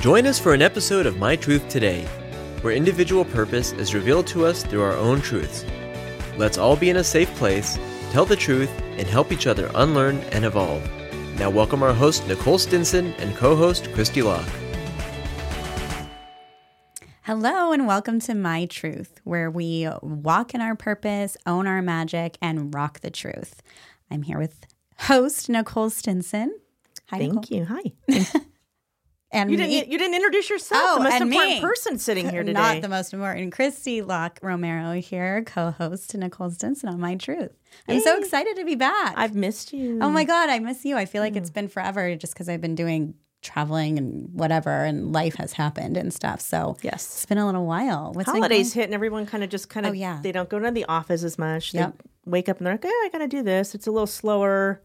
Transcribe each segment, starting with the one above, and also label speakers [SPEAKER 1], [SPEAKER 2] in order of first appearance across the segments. [SPEAKER 1] Join us for an episode of My Truth Today, where individual purpose is revealed to us through our own truths. Let's all be in a safe place, tell the truth, and help each other unlearn and evolve. Now, welcome our host, Nicole Stinson, and co host, Christy Locke.
[SPEAKER 2] Hello, and welcome to My Truth, where we walk in our purpose, own our magic, and rock the truth. I'm here with host Nicole Stinson. Hi,
[SPEAKER 3] Thank
[SPEAKER 2] Nicole.
[SPEAKER 3] you. Hi.
[SPEAKER 2] And
[SPEAKER 3] You
[SPEAKER 2] me-
[SPEAKER 3] didn't. e, You didn't introduce yourself.
[SPEAKER 2] Oh,
[SPEAKER 3] the most
[SPEAKER 2] and
[SPEAKER 3] important
[SPEAKER 2] me.
[SPEAKER 3] person sitting here today.
[SPEAKER 2] Not the most important. Christy Locke Romero here, co host to Nicole Stinson on My Truth. I'm so excited to be back.
[SPEAKER 3] I've Mm. missed you.
[SPEAKER 2] oh my God, I miss you. I feel like it's been forever just because I've been doing traveling and whatever, and life has happened and stuff. So it's
[SPEAKER 3] Yes.
[SPEAKER 2] been a little while. What's been
[SPEAKER 3] Holidays hit and everyone kind of just kind of.
[SPEAKER 2] Oh, yeah.
[SPEAKER 3] They don't go to the office as much. They
[SPEAKER 2] Yep.
[SPEAKER 3] wake up and they're like, "Oh, I gotta do this." It's a little slower,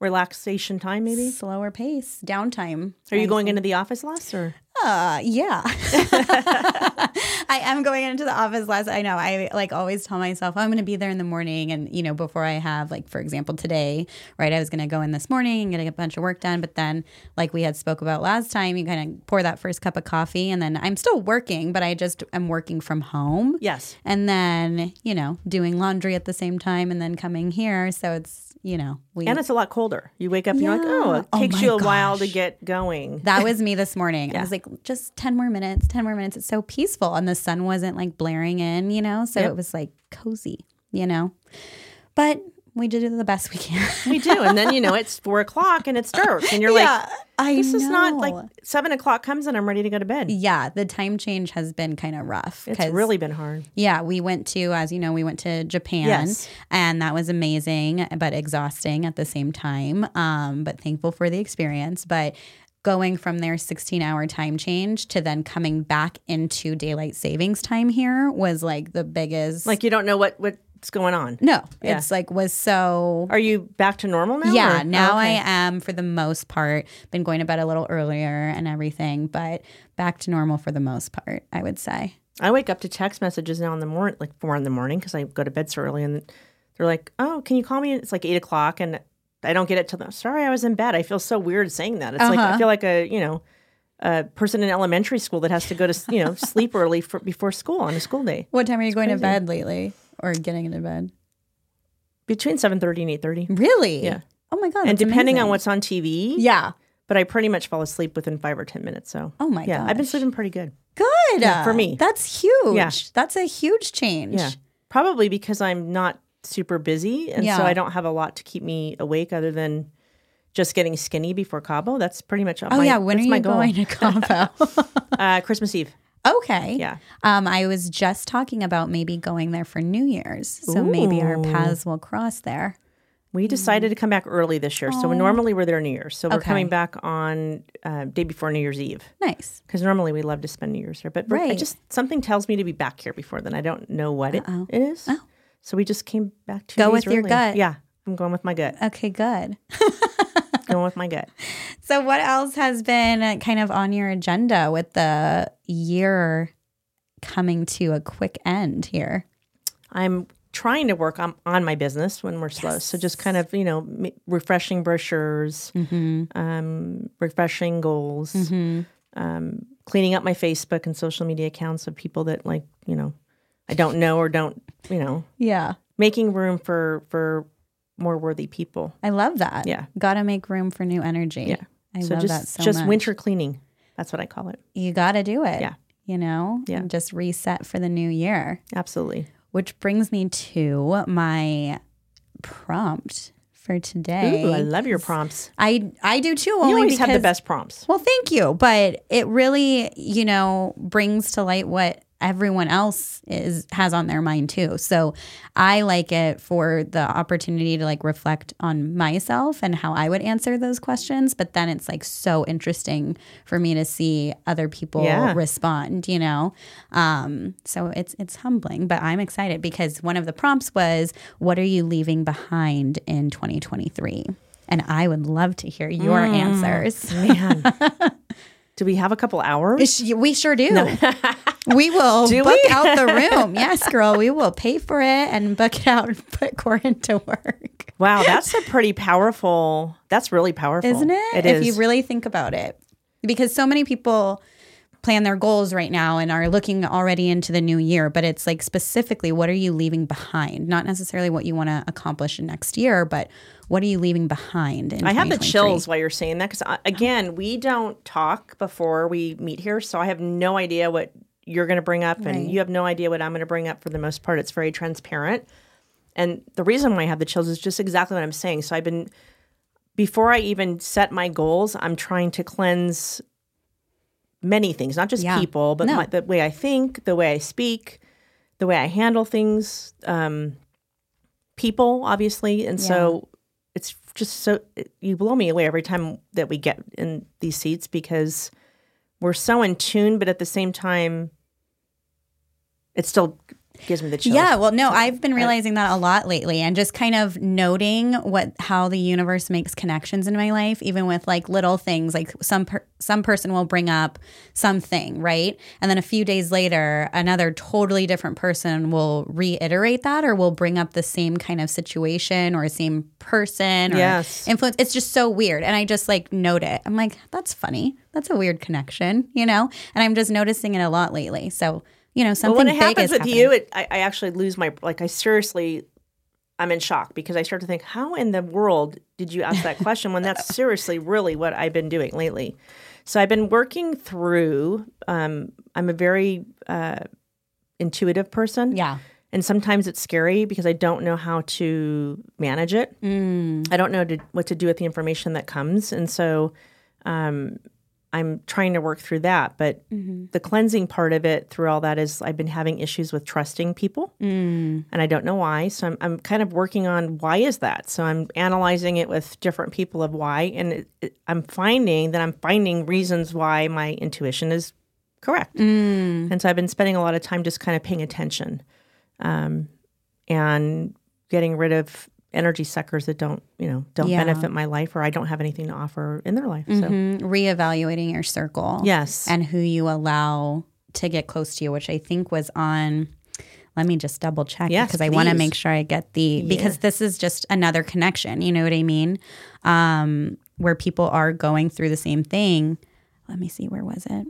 [SPEAKER 3] relaxation time.
[SPEAKER 2] going-
[SPEAKER 3] Maybe.
[SPEAKER 2] slower pace, downtime.
[SPEAKER 3] Are you going into the office less or?
[SPEAKER 2] Uh, yeah. I am going into the office last. I know. I like always tell myself "Oh, I'm going to be there in the morning, and you know, before I have like, for example, today, right? I was going to go in this morning and get a bunch of work done, but then, like we had spoke about last time, you kind of pour that first cup of coffee, and then I'm still working, but I just am working from home.
[SPEAKER 3] Yes.
[SPEAKER 2] And then, you know, doing laundry at the same time, and then coming here, so it's you know, we
[SPEAKER 3] And it's a lot colder. You wake up and you're like,
[SPEAKER 2] Yeah.
[SPEAKER 3] "Oh, it
[SPEAKER 2] Oh
[SPEAKER 3] takes
[SPEAKER 2] my
[SPEAKER 3] you a while to
[SPEAKER 2] gosh.
[SPEAKER 3] get going."
[SPEAKER 2] That was me this morning. I was like, just 10 more minutes, 10 more minutes. It's so peaceful. And the sun wasn't like blaring in, you know? So it was like cozy, you know? But we did the best we can.
[SPEAKER 3] we do, and then you know it's four o'clock and it's dark, and you're like,
[SPEAKER 2] I
[SPEAKER 3] "This is not
[SPEAKER 2] know.
[SPEAKER 3] like seven o'clock comes and I'm ready to go to bed."
[SPEAKER 2] Yeah, the time change has been kind of rough.
[SPEAKER 3] It's
[SPEAKER 2] 'cause-
[SPEAKER 3] really been hard.
[SPEAKER 2] Yeah, we went to, as you know, we went to Japan,
[SPEAKER 3] Yes.
[SPEAKER 2] and that was amazing, but exhausting at the same time. Um, but thankful for the experience. But going from their 16 hour time change to then coming back into daylight savings time here was like the biggest.
[SPEAKER 3] Like you don't know what what's going on.
[SPEAKER 2] no,
[SPEAKER 3] Yeah.
[SPEAKER 2] it's like was so.
[SPEAKER 3] Are you back to normal now?
[SPEAKER 2] Yeah,
[SPEAKER 3] or-
[SPEAKER 2] now
[SPEAKER 3] oh, okay.
[SPEAKER 2] I am for the most part been going to bed a little earlier and everything, but back to normal for the most part, I would say.
[SPEAKER 3] I wake up to text messages now in the morning, like four in the morning, because I go to bed so early, and they're like, "Oh, can you call me?" It's like eight o'clock, and I don't get it till the sorry I was in bed. I feel so weird saying that. It's like
[SPEAKER 2] Uh-huh.
[SPEAKER 3] I feel like a you know a person in elementary school that has to go to s- you know sleep early for, before school on a school day
[SPEAKER 2] What time are you going to bed lately or getting into bed?
[SPEAKER 3] between seven thirty and eight thirty,
[SPEAKER 2] Really?
[SPEAKER 3] Yeah.
[SPEAKER 2] Oh my god.
[SPEAKER 3] and
[SPEAKER 2] that's
[SPEAKER 3] depending on
[SPEAKER 2] amazing.
[SPEAKER 3] what's on TV.
[SPEAKER 2] Yeah.
[SPEAKER 3] but I pretty much fall asleep within five or ten minutes. So
[SPEAKER 2] Oh my
[SPEAKER 3] yeah, I've been
[SPEAKER 2] gosh.
[SPEAKER 3] sleeping pretty good.
[SPEAKER 2] Good.
[SPEAKER 3] Yeah, for me.
[SPEAKER 2] That's huge.
[SPEAKER 3] Yeah.
[SPEAKER 2] That's a huge change.
[SPEAKER 3] Yeah. Probably because I'm not super busy. And
[SPEAKER 2] Yeah.
[SPEAKER 3] so I don't have a lot to keep me awake other than just getting skinny before Cabo. That's pretty much
[SPEAKER 2] Oh
[SPEAKER 3] my,
[SPEAKER 2] yeah. When are
[SPEAKER 3] that's
[SPEAKER 2] you
[SPEAKER 3] my goal.
[SPEAKER 2] going to Cabo?
[SPEAKER 3] Uh, Christmas Eve.
[SPEAKER 2] okay.
[SPEAKER 3] Yeah.
[SPEAKER 2] Um, I was just talking about maybe going there for New Year's, so maybe our paths will cross there.
[SPEAKER 3] We decided to come back early this year. So normally we're there New Year's. So we're
[SPEAKER 2] Mm. Okay.
[SPEAKER 3] coming back on uh, day before New Year's Eve.
[SPEAKER 2] Nice.
[SPEAKER 3] Because normally we love to spend New Year's here. But we're- I
[SPEAKER 2] Right.
[SPEAKER 3] just something tells me to be back here before then. I don't know what it, it is. So we just came back to
[SPEAKER 2] Oh. Go with your gut.
[SPEAKER 3] Yeah. I'm going with my gut.
[SPEAKER 2] Okay. Good.
[SPEAKER 3] going with my gut.
[SPEAKER 2] So, what else has been uh, kind of on your agenda with the year coming to a quick end here?
[SPEAKER 3] I'm trying to work on, on my business when we're slow. So just kind of, you know, m- refreshing brochures,
[SPEAKER 2] Mm-hmm.
[SPEAKER 3] um, refreshing goals, um, cleaning up my Facebook and social media accounts of people that like, you know, I don't know or don't, you know,
[SPEAKER 2] Yeah.
[SPEAKER 3] making room for for more worthy people.
[SPEAKER 2] I love that.
[SPEAKER 3] Yeah.
[SPEAKER 2] Got to make room for new energy.
[SPEAKER 3] Yeah.
[SPEAKER 2] I
[SPEAKER 3] so
[SPEAKER 2] love
[SPEAKER 3] just
[SPEAKER 2] that so
[SPEAKER 3] just
[SPEAKER 2] much.
[SPEAKER 3] winter cleaning. That's what I call it.
[SPEAKER 2] You got to do it.
[SPEAKER 3] Yeah.
[SPEAKER 2] You know,
[SPEAKER 3] Yeah.
[SPEAKER 2] And just reset for the new year,
[SPEAKER 3] Absolutely.
[SPEAKER 2] which brings me to my prompt for today.
[SPEAKER 3] Ooh, I love your prompts.
[SPEAKER 2] I I do too.
[SPEAKER 3] You
[SPEAKER 2] only
[SPEAKER 3] always
[SPEAKER 2] because,
[SPEAKER 3] have the best prompts.
[SPEAKER 2] Well, thank you, but it really, you know, brings to light what everyone else is has on their mind too. So, I like it for the opportunity to like reflect on myself and how I would answer those questions, but then it's like so interesting for me to see other people
[SPEAKER 3] Yeah.
[SPEAKER 2] respond, you know. Um, so it's it's humbling, but I'm excited because one of the prompts was what are you leaving behind in 2023? And I would love to hear your answers.
[SPEAKER 3] Man. Do we have a couple hours?
[SPEAKER 2] Sh- We sure do. we will
[SPEAKER 3] Do
[SPEAKER 2] book
[SPEAKER 3] we?
[SPEAKER 2] out the room. Yes, girl. We will pay for it and book it out and put Corin to work.
[SPEAKER 3] Wow, that's a pretty powerful. That's really powerful,
[SPEAKER 2] Isn't it?
[SPEAKER 3] It
[SPEAKER 2] if
[SPEAKER 3] is.
[SPEAKER 2] you really think about it. because so many people plan their goals right now and are looking already into the new year, but it's like specifically what are you leaving behind? Not necessarily what you want to accomplish in next year, but what are you leaving behind? In
[SPEAKER 3] I have the
[SPEAKER 2] 2023?
[SPEAKER 3] chills while you're saying that because again, we don't talk before we meet here, so I have no idea what you're going to bring up, and you have no idea what I'm going to bring up. For the most part, it's very transparent, and the reason why I have the chills is just exactly what I'm saying. So I've been before I even set my goals, I'm trying to cleanse many things, not just
[SPEAKER 2] Yeah.
[SPEAKER 3] people, but
[SPEAKER 2] No.
[SPEAKER 3] my, the way I think, the way I speak, the way I handle things, um, people, obviously. And so it's just so, you blow me away every time that we get in these seats because we're so in tune, but at the same time, it still gives me the chills.
[SPEAKER 2] Yeah, well, no, I've been realizing that a lot lately and just kind of noting what how the universe makes connections in my life even with like little things like some per- some person will bring up something, right? And then a few days later, another totally different person will reiterate that or will bring up the same kind of situation or same person or
[SPEAKER 3] Yes.
[SPEAKER 2] influence. It's just so weird. And I just like note it. I'm like, that's funny. That's a weird connection, you know? And I'm just noticing it a lot lately. So, you know, something
[SPEAKER 3] But when it
[SPEAKER 2] big
[SPEAKER 3] happens
[SPEAKER 2] is
[SPEAKER 3] with
[SPEAKER 2] happening.
[SPEAKER 3] you, it, I, I actually lose my like. I seriously, I'm in shock because I start to think, how in the world did you ask that question when that's seriously really what I've been doing lately? So I've been working through. Um, I'm a very uh, intuitive person.
[SPEAKER 2] Yeah.
[SPEAKER 3] And sometimes it's scary because I don't know how to manage it. I don't know to, what to do with the information that comes. And so um, I'm trying to work through that. But the cleansing part of it through all that is I've been having issues with trusting people.
[SPEAKER 2] Mm.
[SPEAKER 3] And I don't know why. So I'm, I'm kind of working on why is that? So I'm analyzing it with different people of why. And it, it, I'm finding that I'm finding reasons why my intuition is correct. And so I've been spending a lot of time just kind of paying attention um, and getting rid of energy suckers that don't, you know, don't
[SPEAKER 2] Yeah.
[SPEAKER 3] benefit my life or I don't have anything to offer in their life. So
[SPEAKER 2] Mhm. reevaluating your circle.
[SPEAKER 3] yes.
[SPEAKER 2] And who you allow to get close to you, which I think was on. Let me just double check
[SPEAKER 3] Yes,
[SPEAKER 2] because I want to
[SPEAKER 3] please.
[SPEAKER 2] make sure I get the because this is just another connection. You know what I mean? Um, where people are going through the same thing. Let me see. Where was it?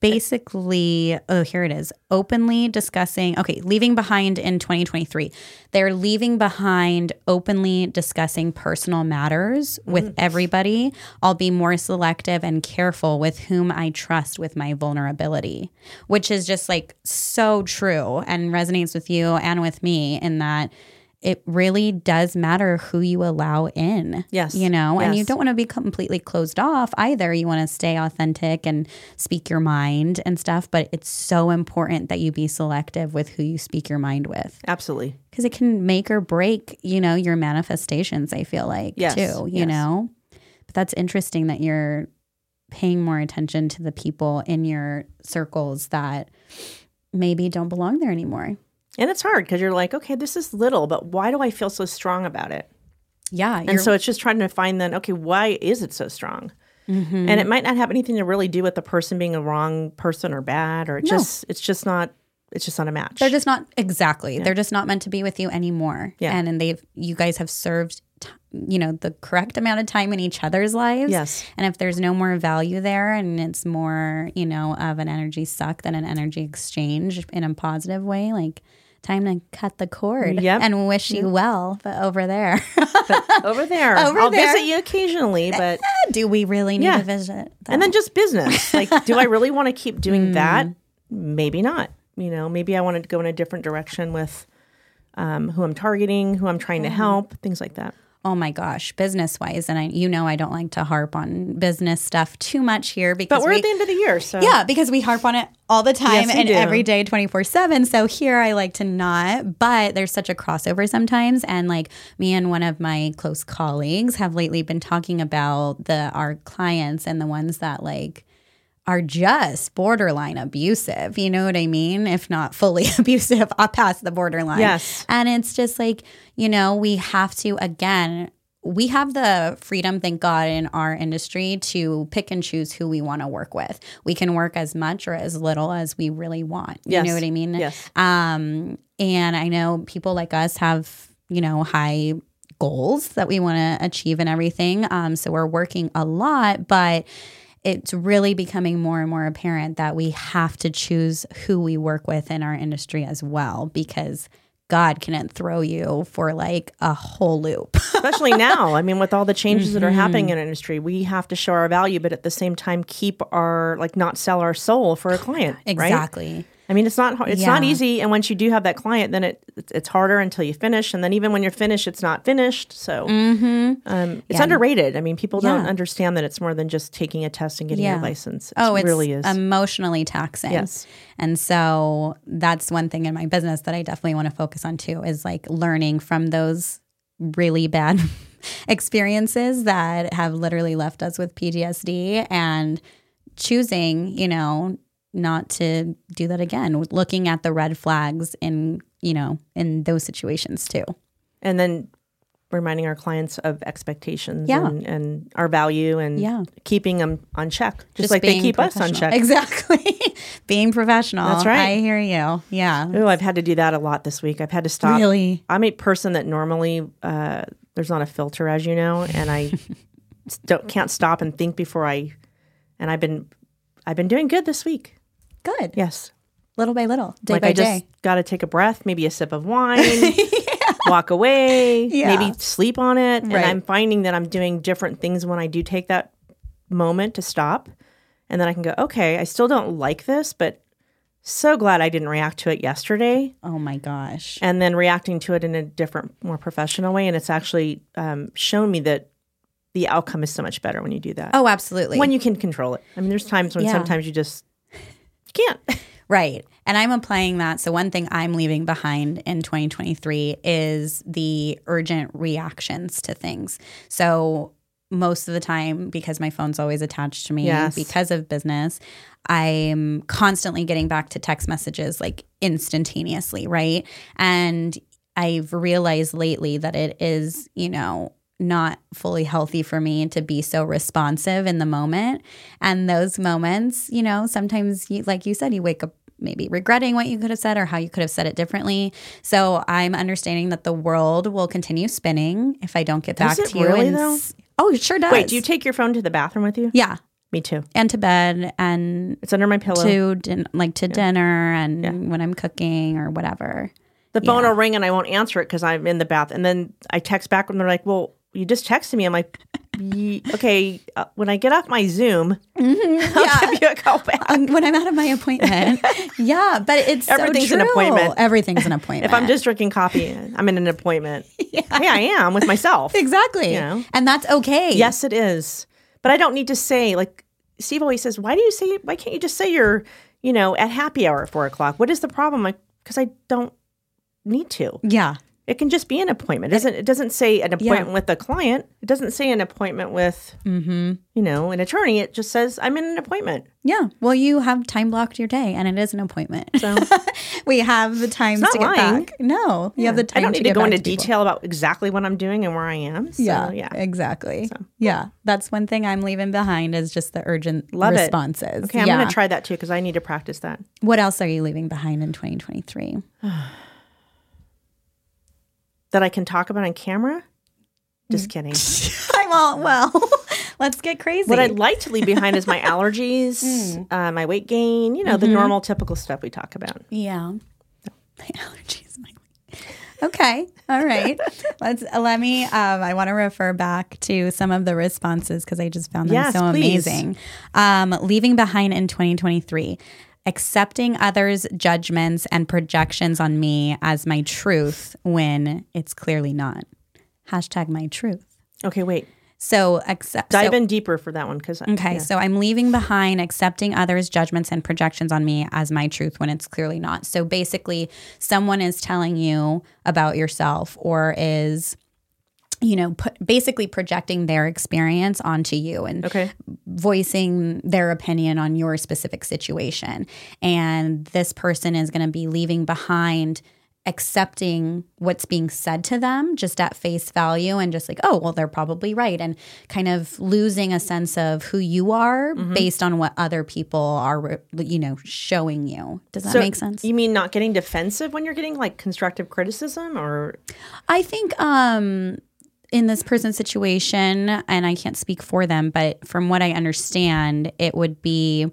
[SPEAKER 2] basically, oh, here it is openly discussing, okay, leaving behind in 2023. They're leaving behind openly discussing personal matters
[SPEAKER 3] Mm.
[SPEAKER 2] with everybody. I'll be more selective and careful with whom I trust with my vulnerability, which is just like so true and resonates with you and with me in that. It really does matter who you allow in.
[SPEAKER 3] Yes.
[SPEAKER 2] You know, and you
[SPEAKER 3] Yes.
[SPEAKER 2] don't want to be completely closed off either. You want to stay authentic and speak your mind and stuff, but it's so important that you be selective with who you speak your mind with
[SPEAKER 3] Absolutely.
[SPEAKER 2] because it can make or break, you know, your manifestations, I feel like,
[SPEAKER 3] Yes,
[SPEAKER 2] too, you
[SPEAKER 3] yes.
[SPEAKER 2] know? But that's interesting that you're paying more attention to the people in your circles that maybe don't belong there anymore.
[SPEAKER 3] And it's hard because you're like, okay, this is little, but why do I feel so strong about it?
[SPEAKER 2] Yeah.
[SPEAKER 3] And so it's just trying to find then, okay, why is it so strong?
[SPEAKER 2] Mm-hmm.
[SPEAKER 3] And it might not have anything to really do with the person being a wrong person or bad, or it just it's just not it's just not a match.
[SPEAKER 2] They're just not exactly. They're just not meant to be with you anymore.
[SPEAKER 3] Yeah.
[SPEAKER 2] And and they've you guys have served t- you know the correct amount of time in each other's lives.
[SPEAKER 3] Yes.
[SPEAKER 2] And if there's no more value there and it's more, you know, of an energy suck than an energy exchange in a positive way, like time to cut the cord
[SPEAKER 3] Yep.
[SPEAKER 2] and wish you well, but over there.
[SPEAKER 3] over there.
[SPEAKER 2] Over
[SPEAKER 3] I'll
[SPEAKER 2] there.
[SPEAKER 3] visit you occasionally, but
[SPEAKER 2] Do we really need
[SPEAKER 3] Yeah.
[SPEAKER 2] a visit?
[SPEAKER 3] and then just business. Like, do I really want to keep doing that?
[SPEAKER 2] Mm.
[SPEAKER 3] Maybe not. You know, maybe I want to go in a different direction with um, who I'm targeting, who I'm trying
[SPEAKER 2] Mm.
[SPEAKER 3] to help, things like that.
[SPEAKER 2] oh my gosh, business wise, and I you know I don't like to harp on business stuff too much here because
[SPEAKER 3] But we're
[SPEAKER 2] we,
[SPEAKER 3] at the end of the year, so
[SPEAKER 2] Yeah, because we harp on it all the time
[SPEAKER 3] Yes, we
[SPEAKER 2] and
[SPEAKER 3] do.
[SPEAKER 2] every day 24 7. So here I like to not, but there's such a crossover sometimes. And like me and one of my close colleagues have lately been talking about the our clients and the ones that like are just borderline abusive. You know what I mean? If not fully abusive, up past the borderline.
[SPEAKER 3] Yes.
[SPEAKER 2] And it's just like, you know, we have to, again, we have the freedom, thank God, in our industry to pick and choose who we want to work with. We can work as much or as little as we really want. You
[SPEAKER 3] Yes.
[SPEAKER 2] know what I mean?
[SPEAKER 3] Yes.
[SPEAKER 2] Um, and I know people like us have, you know, high goals that we want to achieve and everything. Um, so we're working a lot, but it's really becoming more and more apparent that we have to choose who we work with in our industry as well because God can throw you for like a whole loop.
[SPEAKER 3] especially now. I mean, with all the changes that are
[SPEAKER 2] Mm-hmm.
[SPEAKER 3] happening in industry, we have to show our value, but at the same time, keep our like not sell our soul for a client. Right?
[SPEAKER 2] exactly.
[SPEAKER 3] I mean, it's not hard- it's not
[SPEAKER 2] Yeah.
[SPEAKER 3] easy. And once you do have that client, then it it's- it's harder until you finish. And then even when you're finished, it's not finished. So
[SPEAKER 2] Mm-hmm.
[SPEAKER 3] um, it's underrated. I mean, people don't
[SPEAKER 2] Yeah.
[SPEAKER 3] understand that it's more than just taking a test and getting
[SPEAKER 2] Yeah.
[SPEAKER 3] your license. It
[SPEAKER 2] Oh, it's
[SPEAKER 3] really is.
[SPEAKER 2] emotionally taxing.
[SPEAKER 3] Yes.
[SPEAKER 2] And so that's one thing in my business that I definitely want to focus on too is like learning from those really bad experiences that have literally left us with PTSD and choosing, you know, not to do that again, looking at the red flags in, you know, in those situations too.
[SPEAKER 3] and then reminding our clients of expectations
[SPEAKER 2] Yeah.
[SPEAKER 3] and, and our value and
[SPEAKER 2] Yeah.
[SPEAKER 3] keeping them on check, just, like they
[SPEAKER 2] being
[SPEAKER 3] keep us on
[SPEAKER 2] professional.
[SPEAKER 3] check.
[SPEAKER 2] Exactly. being professional.
[SPEAKER 3] That's right.
[SPEAKER 2] I hear you. Yeah.
[SPEAKER 3] Oh, I've had to do that a lot this week. I've had to stop.
[SPEAKER 2] Really?
[SPEAKER 3] I'm a person that normally uh, there's not a filter, as you know, and I s- don't, can't stop and think before I. And I've been, I've been doing good this week.
[SPEAKER 2] Good.
[SPEAKER 3] Yes,
[SPEAKER 2] Little by little, day
[SPEAKER 3] like
[SPEAKER 2] by
[SPEAKER 3] I
[SPEAKER 2] day.
[SPEAKER 3] just got to take a breath, maybe a sip of wine, walk away,
[SPEAKER 2] Yeah.
[SPEAKER 3] maybe sleep on
[SPEAKER 2] Right.
[SPEAKER 3] it. And I'm finding that I'm doing different things when I do take that moment to stop, and then I can go, okay, I still don't like this, but so glad I didn't react to it yesterday.
[SPEAKER 2] Oh my gosh.
[SPEAKER 3] and then reacting to it in a different, more professional way. And it's actually um, shown me that the outcome is so much better when you do that.
[SPEAKER 2] Oh, absolutely.
[SPEAKER 3] When you can control it. I mean, there's times when
[SPEAKER 2] Yeah.
[SPEAKER 3] sometimes you just you can't.
[SPEAKER 2] right. And I'm applying that. So, one thing I'm leaving behind in 2023 is the urgent reactions to things. So, most of the time, because my phone's always attached to me
[SPEAKER 3] Yes.
[SPEAKER 2] because of business, I'm constantly getting back to text messages like instantaneously, right? And I've realized lately that it is, you know, not fully healthy for me to be so responsive in the moment. And those moments, you know, sometimes, you, like you said, you wake up maybe regretting what you could have said or how you could have said it differently. So I'm understanding that the world will continue spinning if I don't get back
[SPEAKER 3] Does it
[SPEAKER 2] to you.
[SPEAKER 3] really,
[SPEAKER 2] and
[SPEAKER 3] though?
[SPEAKER 2] s- oh, it sure does.
[SPEAKER 3] Wait, do you take your phone to the bathroom with you?
[SPEAKER 2] yeah,
[SPEAKER 3] Me too.
[SPEAKER 2] and to bed and
[SPEAKER 3] It's under my pillow.
[SPEAKER 2] to din- like to dinner and when I'm cooking or whatever.
[SPEAKER 3] The phone will ring and I won't answer it because I'm in the bath. And then I text back and they're like, well, you just texted me. I'm like, "Ye- okay, uh, when I get off my Zoom, I'll give you a call back.
[SPEAKER 2] Um, when I'm out of my appointment, yeah, but it's
[SPEAKER 3] Everything's
[SPEAKER 2] so
[SPEAKER 3] an
[SPEAKER 2] true.
[SPEAKER 3] appointment.
[SPEAKER 2] Everything's an appointment.
[SPEAKER 3] If I'm just drinking coffee, I'm in an appointment. Hey, I am with myself.
[SPEAKER 2] exactly,
[SPEAKER 3] You know?
[SPEAKER 2] and that's okay.
[SPEAKER 3] Yes, it is. But I don't need to say like Steve always says. Why do you say? Why can't you just say you're, you know, at happy hour at four o'clock? What is the problem? Like, because I don't need to.
[SPEAKER 2] yeah,
[SPEAKER 3] It can just be an appointment. It doesn't it doesn't say an appointment with a client? It doesn't say an appointment with,
[SPEAKER 2] Mm-hmm.
[SPEAKER 3] you know, an attorney. It just says I'm in an appointment.
[SPEAKER 2] yeah. Well, you have time blocked your day, and it is an appointment. So we have the time
[SPEAKER 3] not
[SPEAKER 2] to get
[SPEAKER 3] lying.
[SPEAKER 2] back. No, you have the time.
[SPEAKER 3] I don't
[SPEAKER 2] to
[SPEAKER 3] need to,
[SPEAKER 2] get
[SPEAKER 3] go
[SPEAKER 2] back
[SPEAKER 3] into
[SPEAKER 2] to people.
[SPEAKER 3] detail about exactly what I'm doing and where I am. So,
[SPEAKER 2] Yeah,
[SPEAKER 3] yeah, yeah.
[SPEAKER 2] exactly. Yeah, that's one thing I'm leaving behind is just the urgent
[SPEAKER 3] Love it.
[SPEAKER 2] responses.
[SPEAKER 3] Okay, I'm
[SPEAKER 2] yeah.
[SPEAKER 3] gonna try that too because I need to practice that.
[SPEAKER 2] What else are you leaving behind in 2023?
[SPEAKER 3] That I can talk about on camera.
[SPEAKER 2] Mm.
[SPEAKER 3] Just kidding.
[SPEAKER 2] I'm all well. let's get crazy.
[SPEAKER 3] What I'd like to leave behind is my allergies,
[SPEAKER 2] Mm.
[SPEAKER 3] uh, my weight gain, you know,
[SPEAKER 2] Mm-hmm.
[SPEAKER 3] the normal, typical stuff we talk about.
[SPEAKER 2] yeah. My allergies. My okay. All right. Let's let me. Um, I want to refer back to some of the responses because I just found them
[SPEAKER 3] Yes,
[SPEAKER 2] so
[SPEAKER 3] please.
[SPEAKER 2] amazing. Um, leaving behind in 2023. Accepting others' judgments and projections on me as my truth when it's clearly not. Hashtag my truth.
[SPEAKER 3] Okay, wait.
[SPEAKER 2] So accept. so-
[SPEAKER 3] Dive in deeper for that one because
[SPEAKER 2] Okay, so I'm leaving behind accepting others' judgments and projections on me as my truth when it's clearly not. So basically, someone is telling you about yourself or is, you know, put, basically projecting their experience onto you and
[SPEAKER 3] okay,
[SPEAKER 2] voicing their opinion on your specific situation. And this person is going to be leaving behind accepting what's being said to them just at face value and just like, oh, well, they're probably right. And kind of losing a sense of who you are based on what other people are, you know, showing you. Does that
[SPEAKER 3] so
[SPEAKER 2] make sense?
[SPEAKER 3] You mean not getting defensive when you're getting like constructive criticism, or
[SPEAKER 2] I think um in this person's situation, and I can't speak for them, but from what I understand, it would be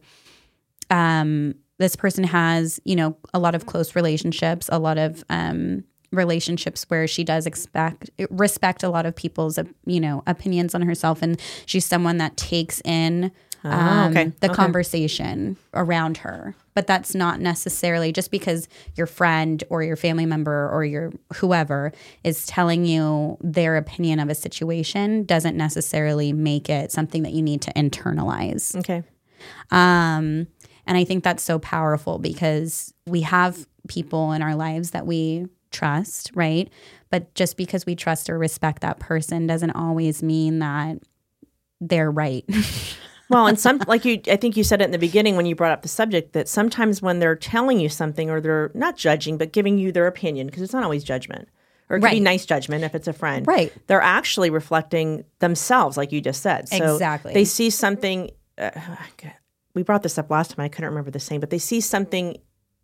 [SPEAKER 2] um, this person has, you know, a lot of close relationships, a lot of um, relationships where she does expect respect a lot of people's, uh, you know, opinions on herself, and she's someone that takes in
[SPEAKER 3] Ah,
[SPEAKER 2] um,
[SPEAKER 3] okay.
[SPEAKER 2] the
[SPEAKER 3] Okay.
[SPEAKER 2] conversation around her. But that's not necessarily just because your friend or your family member or your whoever is telling you their opinion of a situation doesn't necessarily make it something that you need to internalize.
[SPEAKER 3] Okay.
[SPEAKER 2] Um, and I think that's so powerful because we have people in our lives that we trust, right? But just because we trust or respect that person doesn't always mean that they're right.
[SPEAKER 3] Well, and some like you, I think you said it in the beginning when you brought up the subject that sometimes when they're telling you something or they're not judging but giving you their opinion because it's not always judgment or it could be
[SPEAKER 2] Right.
[SPEAKER 3] nice judgment if it's a friend,
[SPEAKER 2] Right.
[SPEAKER 3] They're actually reflecting themselves, like you just said. So
[SPEAKER 2] Exactly.
[SPEAKER 3] They see something. Uh, we brought this up last time. I couldn't remember the same, but they see something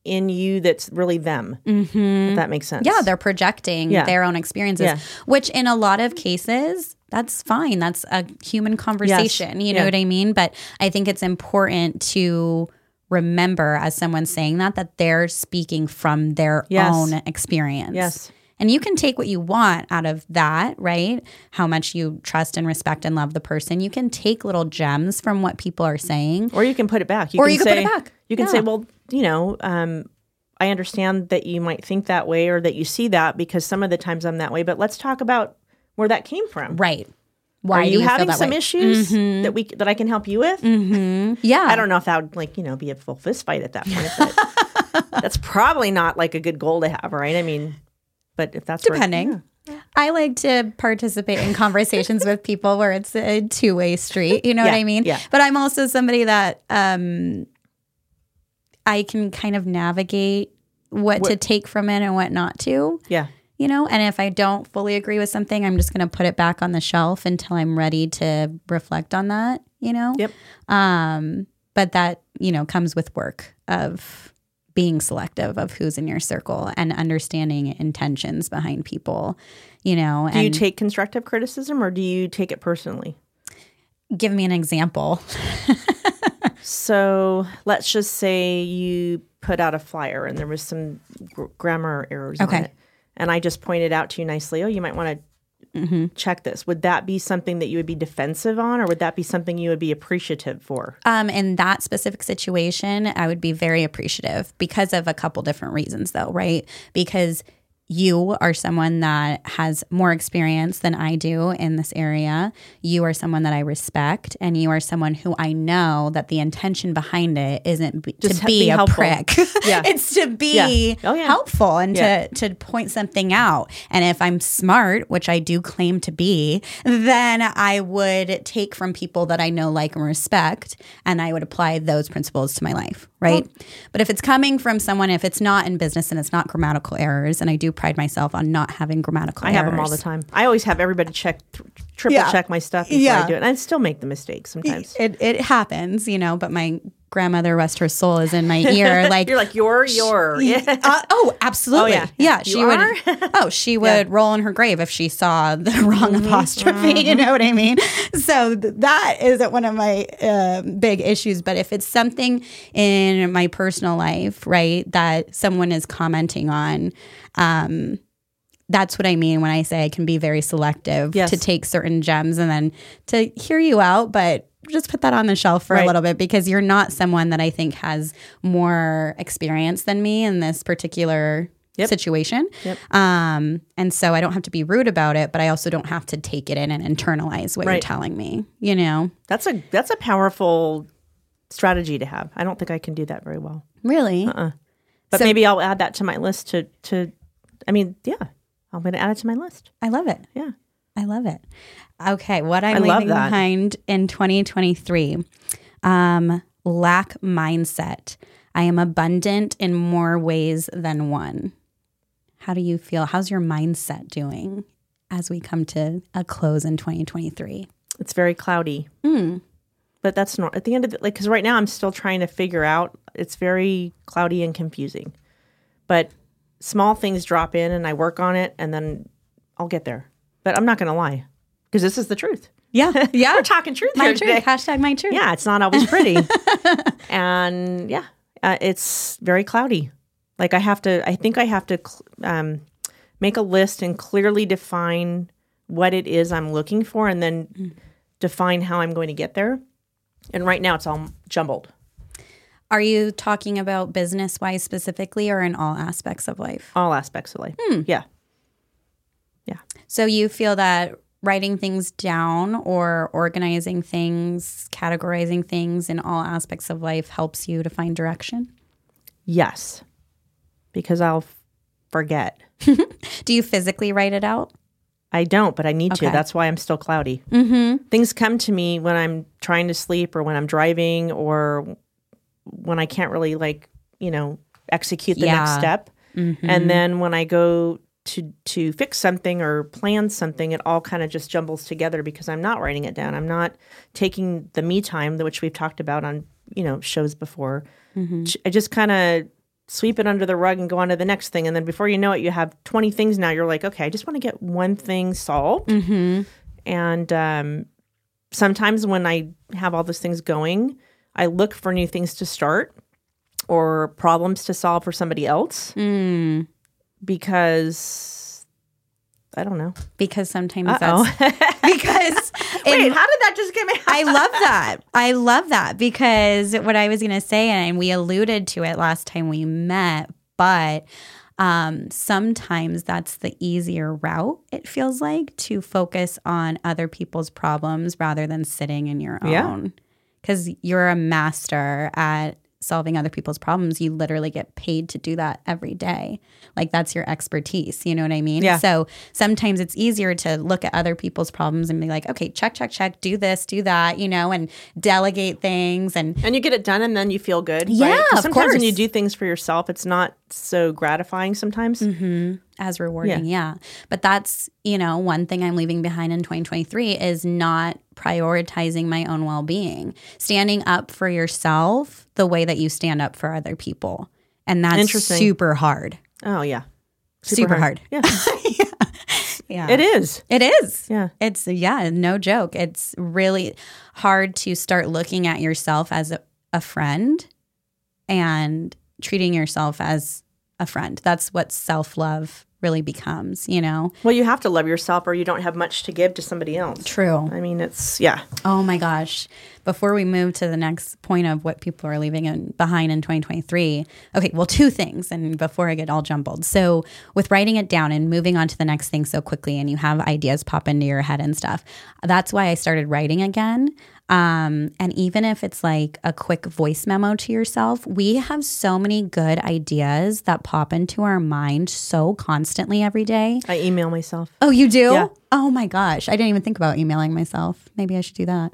[SPEAKER 3] in you that's really them. If that makes sense.
[SPEAKER 2] Mm-hmm. Yeah, they're projecting
[SPEAKER 3] Yeah.
[SPEAKER 2] their own experiences,
[SPEAKER 3] Yeah.
[SPEAKER 2] which in a lot of cases, that's fine. That's a human conversation. You know
[SPEAKER 3] Yeah.
[SPEAKER 2] what I mean? But I think it's important to remember as someone saying that that they're speaking from their
[SPEAKER 3] Yes.
[SPEAKER 2] own experience.
[SPEAKER 3] Yes.
[SPEAKER 2] And you can take what you want out of that, right? How much you trust and respect and love the person. You can take little gems from what people are saying.
[SPEAKER 3] Or you can put it back.
[SPEAKER 2] Or you can put it back.
[SPEAKER 3] You can
[SPEAKER 2] Yeah.
[SPEAKER 3] say, well, you know, um, I understand that you might think that way or that you see that because some of the times I'm that way, but let's talk about where that came from.
[SPEAKER 2] Right. Why
[SPEAKER 3] Are
[SPEAKER 2] do
[SPEAKER 3] you,
[SPEAKER 2] feel
[SPEAKER 3] having
[SPEAKER 2] that
[SPEAKER 3] some
[SPEAKER 2] way? Mm-hmm.
[SPEAKER 3] issues that we that I can help you with?
[SPEAKER 2] Yeah.
[SPEAKER 3] I don't know if that would like, you know, be a full fist fight at that point. But that's probably not like a good goal to have, right? I mean, but if that's where-
[SPEAKER 2] depending.
[SPEAKER 3] yeah.
[SPEAKER 2] I like to participate in conversations with people where it's a two way street. You know what
[SPEAKER 3] Yeah,
[SPEAKER 2] I mean?
[SPEAKER 3] yeah.
[SPEAKER 2] But I'm also somebody that um, I can kind of navigate what, to take from it and what not to.
[SPEAKER 3] yeah.
[SPEAKER 2] You know, and if I don't fully agree with something, I'm just going to put it back on the shelf until I'm ready to reflect on that. You know.
[SPEAKER 3] Yep.
[SPEAKER 2] Um, but that you know comes with work of being selective of who's in your circle and understanding intentions behind people. You know,
[SPEAKER 3] Do
[SPEAKER 2] and
[SPEAKER 3] you take constructive criticism or do you take it personally?
[SPEAKER 2] give me an example.
[SPEAKER 3] So let's just say you put out a flyer and there was some gr- grammar errors
[SPEAKER 2] Okay.
[SPEAKER 3] on it, and I just pointed out to you nicely, oh, you might want to
[SPEAKER 2] Mm-hmm.
[SPEAKER 3] check this. Would that be something that you would be defensive on, or would that be something you would be appreciative for?
[SPEAKER 2] Um, in that specific situation, I would be very appreciative because of a couple different reasons, though, right? Because you are someone that has more experience than I do in this area. You are someone that I respect, and you are someone who I know that the intention behind it isn't be, to be,
[SPEAKER 3] Just ha- be
[SPEAKER 2] a
[SPEAKER 3] helpful.
[SPEAKER 2] prick.
[SPEAKER 3] Yeah.
[SPEAKER 2] it's to be
[SPEAKER 3] Yeah. Oh, yeah.
[SPEAKER 2] helpful and
[SPEAKER 3] Yeah.
[SPEAKER 2] to to point something out. And if I'm smart, which I do claim to be, then I would take from people that I know, like, and respect, and I would apply those principles to my life, right? but if it's coming from someone, if it's not in business and it's not grammatical errors, and I do pride myself on not having grammatical
[SPEAKER 3] I
[SPEAKER 2] errors,
[SPEAKER 3] have them all the time. I always have everybody check, th- triple
[SPEAKER 2] Yeah.
[SPEAKER 3] check my stuff before
[SPEAKER 2] Yeah. eh,
[SPEAKER 3] I do it. And I still make the mistake sometimes.
[SPEAKER 2] It, it happens, you know, but my grandmother, rest her soul, is in my ear. Like,
[SPEAKER 3] You're like, you're, you're. Yeah.
[SPEAKER 2] Uh, oh, absolutely.
[SPEAKER 3] yeah.
[SPEAKER 2] yeah.
[SPEAKER 3] You
[SPEAKER 2] she would. Oh, she would roll in her grave if she saw the wrong apostrophe. You know what I mean? So th- that isn't one of my uh, big issues. But if it's something in my personal life, right, that someone is commenting on, um, that's what I mean when I say I can be very selective
[SPEAKER 3] Yes.
[SPEAKER 2] to take certain gems and then to hear you out, but just put that on the shelf for
[SPEAKER 3] Right.
[SPEAKER 2] a little bit because you're not someone that I think has more experience than me in this particular
[SPEAKER 3] Yep.
[SPEAKER 2] situation. Um, and so I don't have to be rude about it, but I also don't have to take it in and internalize what you're
[SPEAKER 3] Right.
[SPEAKER 2] telling me, you know?
[SPEAKER 3] That's a that's a powerful strategy to have. I don't think I can do that very well.
[SPEAKER 2] Really?
[SPEAKER 3] But
[SPEAKER 2] So-
[SPEAKER 3] maybe I'll add that to my list to to I mean, yeah. I'm gonna add it to my list.
[SPEAKER 2] I love it.
[SPEAKER 3] Yeah.
[SPEAKER 2] I love it. Okay, what I'm
[SPEAKER 3] I love
[SPEAKER 2] leaving
[SPEAKER 3] that.
[SPEAKER 2] behind in 2023, um, lack mindset. I am abundant in more ways than one. How do you feel? How's your mindset doing as we come to a close in 2023?
[SPEAKER 3] It's very cloudy.
[SPEAKER 2] Hmm.
[SPEAKER 3] But that's not at the end of the like because right now I'm still trying to figure out it's very cloudy and confusing. But small things drop in and I work on it and then I'll get there. But I'm not going to lie because this is the truth.
[SPEAKER 2] Yeah. Yeah.
[SPEAKER 3] We're talking truth
[SPEAKER 2] my
[SPEAKER 3] here
[SPEAKER 2] truth.
[SPEAKER 3] today.
[SPEAKER 2] Hashtag my truth.
[SPEAKER 3] Yeah, it's not always pretty. and yeah, uh, it's very cloudy. Like I have to, I think I have to cl- um, make a list and clearly define what it is I'm looking for and then define how I'm going to get there. And right now it's all jumbled.
[SPEAKER 2] Are you talking about business wise specifically or in all aspects of life?
[SPEAKER 3] all aspects of life. Yeah.
[SPEAKER 2] So you feel that writing things down or organizing things, categorizing things in all aspects of life helps you to find direction?
[SPEAKER 3] Yes. Because I'll f- forget.
[SPEAKER 2] Do you physically write it out?
[SPEAKER 3] I don't, but I need
[SPEAKER 2] Okay. Mm-hmm.
[SPEAKER 3] to. That's why I'm still cloudy. Things come to me when I'm trying to sleep or when I'm driving or when I can't really, like, you know, execute the next
[SPEAKER 2] Yeah. Mm-hmm.
[SPEAKER 3] step. And then when I go to to fix something or plan something, it all kind of just jumbles together because I'm not writing it down. I'm not taking the me time, which we've talked about on you know shows before. J- I just kind of sweep it under the rug and go on to the next thing, and then before you know it, you have 20 things. Now you're like, okay, I just want to get one thing solved.
[SPEAKER 2] Mm.
[SPEAKER 3] And um, sometimes when I have all those things going, I look for new things to start or problems to solve for somebody else
[SPEAKER 2] Mm,
[SPEAKER 3] because I don't know.
[SPEAKER 2] because sometimes
[SPEAKER 3] Uh-oh.
[SPEAKER 2] that's because in-
[SPEAKER 3] Wait, how did that just get me?
[SPEAKER 2] I love that. I love that because what I was going to say, and we alluded to it last time we met, but um, sometimes that's the easier route, it feels like, to focus on other people's problems rather than sitting in your
[SPEAKER 3] Yeah.
[SPEAKER 2] own. Because you're a master at solving other people's problems. You literally get paid to do that every day. Like that's your expertise. You know what I mean?
[SPEAKER 3] Yeah.
[SPEAKER 2] So sometimes it's easier to look at other people's problems and be like, okay, check, check, check, do this, do that, you know, and delegate things. And
[SPEAKER 3] and you get it done, and then you feel good.
[SPEAKER 2] Yeah,
[SPEAKER 3] right? 'Cause
[SPEAKER 2] of
[SPEAKER 3] sometimes when you
[SPEAKER 2] course.
[SPEAKER 3] do things for yourself, it's not so gratifying. Sometimes
[SPEAKER 2] as rewarding. Yeah. But that's, you know, one thing I'm leaving behind in 2023 is not prioritizing my own well being, standing up for yourself the way that you stand up for other people. And that's
[SPEAKER 3] Interesting.
[SPEAKER 2] super hard.
[SPEAKER 3] oh yeah,
[SPEAKER 2] Super hard. Yeah.
[SPEAKER 3] yeah, it is.
[SPEAKER 2] It is.
[SPEAKER 3] Yeah,
[SPEAKER 2] It's yeah, no joke. It's really hard to start looking at yourself as a, a friend and treating yourself as a friend. That's what self-love really becomes, you know.
[SPEAKER 3] well, you have to love yourself, or you don't have much to give to somebody else.
[SPEAKER 2] True.
[SPEAKER 3] I mean, it's yeah.
[SPEAKER 2] Oh my gosh. Before we move to the next point of what people are leaving in, behind in 2023, okay, well, two things, and before I get all jumbled. So, with writing it down and moving on to the next thing so quickly, and you have ideas pop into your head and stuff, that's why I started writing again. Um, and even if it's like a quick voice memo to yourself, we have so many good ideas that pop into our mind so constantly every day.
[SPEAKER 3] I email myself,
[SPEAKER 2] Oh, you do?
[SPEAKER 3] Yeah.
[SPEAKER 2] Oh my gosh. I didn't even think about emailing myself. Maybe I should do that.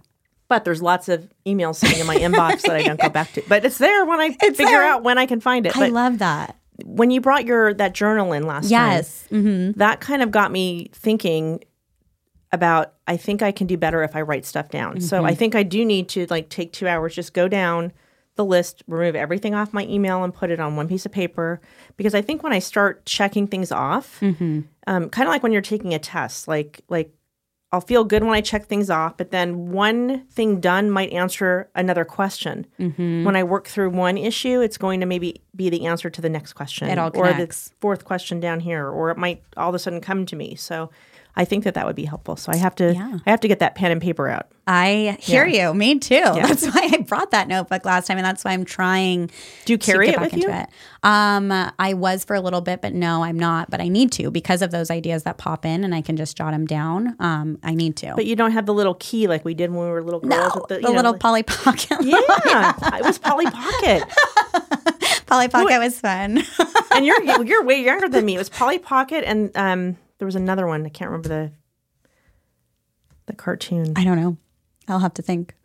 [SPEAKER 3] but there's lots of emails sitting in my inbox that I don't go back to. But it's there when I figure
[SPEAKER 2] there.
[SPEAKER 3] out when I can find it.
[SPEAKER 2] I
[SPEAKER 3] but
[SPEAKER 2] love that.
[SPEAKER 3] when you brought your that journal in last time,
[SPEAKER 2] Yes. hmm
[SPEAKER 3] that kind of got me thinking about I think I can do better if I write stuff down. So
[SPEAKER 2] Mm-hmm.
[SPEAKER 3] I think I do need to like take 2 hours just go down the list, remove everything off my email and put it on one piece of paper because I think when I start checking things off,
[SPEAKER 2] Mm-hmm.
[SPEAKER 3] um, kind of like when you're taking a test, like like I'll feel good when I check things off, but then one thing done might answer another question.
[SPEAKER 2] Mm-hmm.
[SPEAKER 3] When I work through one issue, it's going to maybe be the answer to the next question,
[SPEAKER 2] It all
[SPEAKER 3] or the
[SPEAKER 2] connects.
[SPEAKER 3] fourth question down here, or it might all of a sudden come to me. So, I think that that would be helpful. So I have to,
[SPEAKER 2] Yeah.
[SPEAKER 3] I have to get that pen and paper out.
[SPEAKER 2] I hear you. Me too. That's why I brought that notebook last time, and that's why I'm trying
[SPEAKER 3] Do you carry
[SPEAKER 2] to get
[SPEAKER 3] it
[SPEAKER 2] back
[SPEAKER 3] with you?
[SPEAKER 2] into it. Um, I was for a little bit, but no, I'm not. But I need to because of those ideas that pop in, and I can just jot them down. Um, I need to.
[SPEAKER 3] But you don't have the little key like we did when we were little
[SPEAKER 2] no,
[SPEAKER 3] girls. with
[SPEAKER 2] the,
[SPEAKER 3] you know,
[SPEAKER 2] little
[SPEAKER 3] like-
[SPEAKER 2] Polly Pocket.
[SPEAKER 3] yeah, it was Polly Pocket.
[SPEAKER 2] Polly Pocket was fun.
[SPEAKER 3] and you're you're way younger than me. It was Polly Pocket, and um, there was another one. I can't remember the the cartoon.
[SPEAKER 2] I don't know. I'll have to think.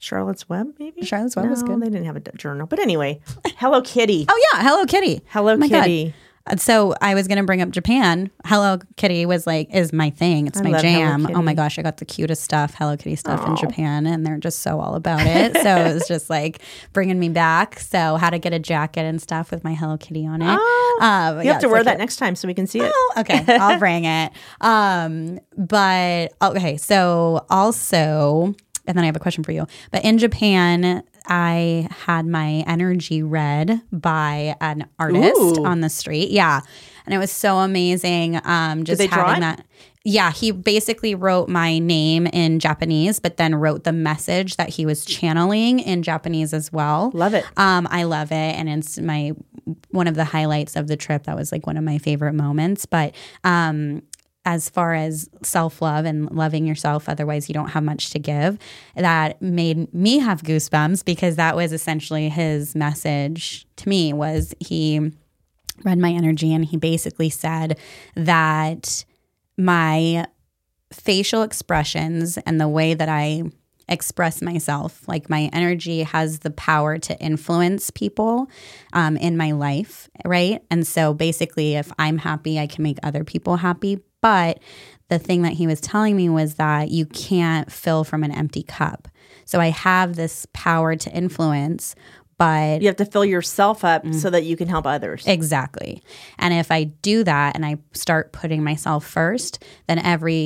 [SPEAKER 3] Charlotte's Web, maybe.
[SPEAKER 2] Charlotte's Web
[SPEAKER 3] no,
[SPEAKER 2] was good.
[SPEAKER 3] They didn't have a d- journal, but anyway, Hello Kitty.
[SPEAKER 2] Oh yeah, Hello Kitty.
[SPEAKER 3] Hello
[SPEAKER 2] my God.
[SPEAKER 3] Kitty.
[SPEAKER 2] And So I was gonna bring up Japan. Hello Kitty was like is my thing. It's
[SPEAKER 3] I
[SPEAKER 2] my
[SPEAKER 3] love Hello
[SPEAKER 2] jam. Oh my
[SPEAKER 3] Kitty.
[SPEAKER 2] gosh, I got the cutest stuff, Hello Kitty stuff in Japan, and they're just so all about it. So it was just like bringing me back. So how to get a jacket and stuff with my Hello Kitty on it.
[SPEAKER 3] Oh,
[SPEAKER 2] Um,
[SPEAKER 3] You
[SPEAKER 2] yeah,
[SPEAKER 3] have to
[SPEAKER 2] it's
[SPEAKER 3] wear
[SPEAKER 2] like
[SPEAKER 3] that next time so we can see it.
[SPEAKER 2] Oh, okay. I'll bring it. Um, but okay, so also, and then I have a question for you. But in Japan, I had my energy read by an artist
[SPEAKER 3] Ooh.
[SPEAKER 2] on the street. Yeah. And it was so amazing. Um, just
[SPEAKER 3] they draw
[SPEAKER 2] having
[SPEAKER 3] it?
[SPEAKER 2] that. Yeah, he basically wrote my name in Japanese, but then wrote the message that he was channeling in Japanese as well.
[SPEAKER 3] Love it.
[SPEAKER 2] Um, I love it, and it's my one of the highlights of the trip. That was like one of my favorite moments. But um, as far as self love and loving yourself, otherwise you don't have much to give. That made me have goosebumps because that was essentially his message to me. Was he read my energy and he basically said that my facial expressions and the way that I express myself, like my energy has the power to influence people um, in my life, right? And so basically, if I'm happy, I can make other people happy. But the thing that he was telling me was that you can't fill from an empty cup. So I have this power to influence, but
[SPEAKER 3] You have to fill yourself up
[SPEAKER 2] Mm.
[SPEAKER 3] so that you can help others.
[SPEAKER 2] Exactly. And if I do that and I start putting myself first, then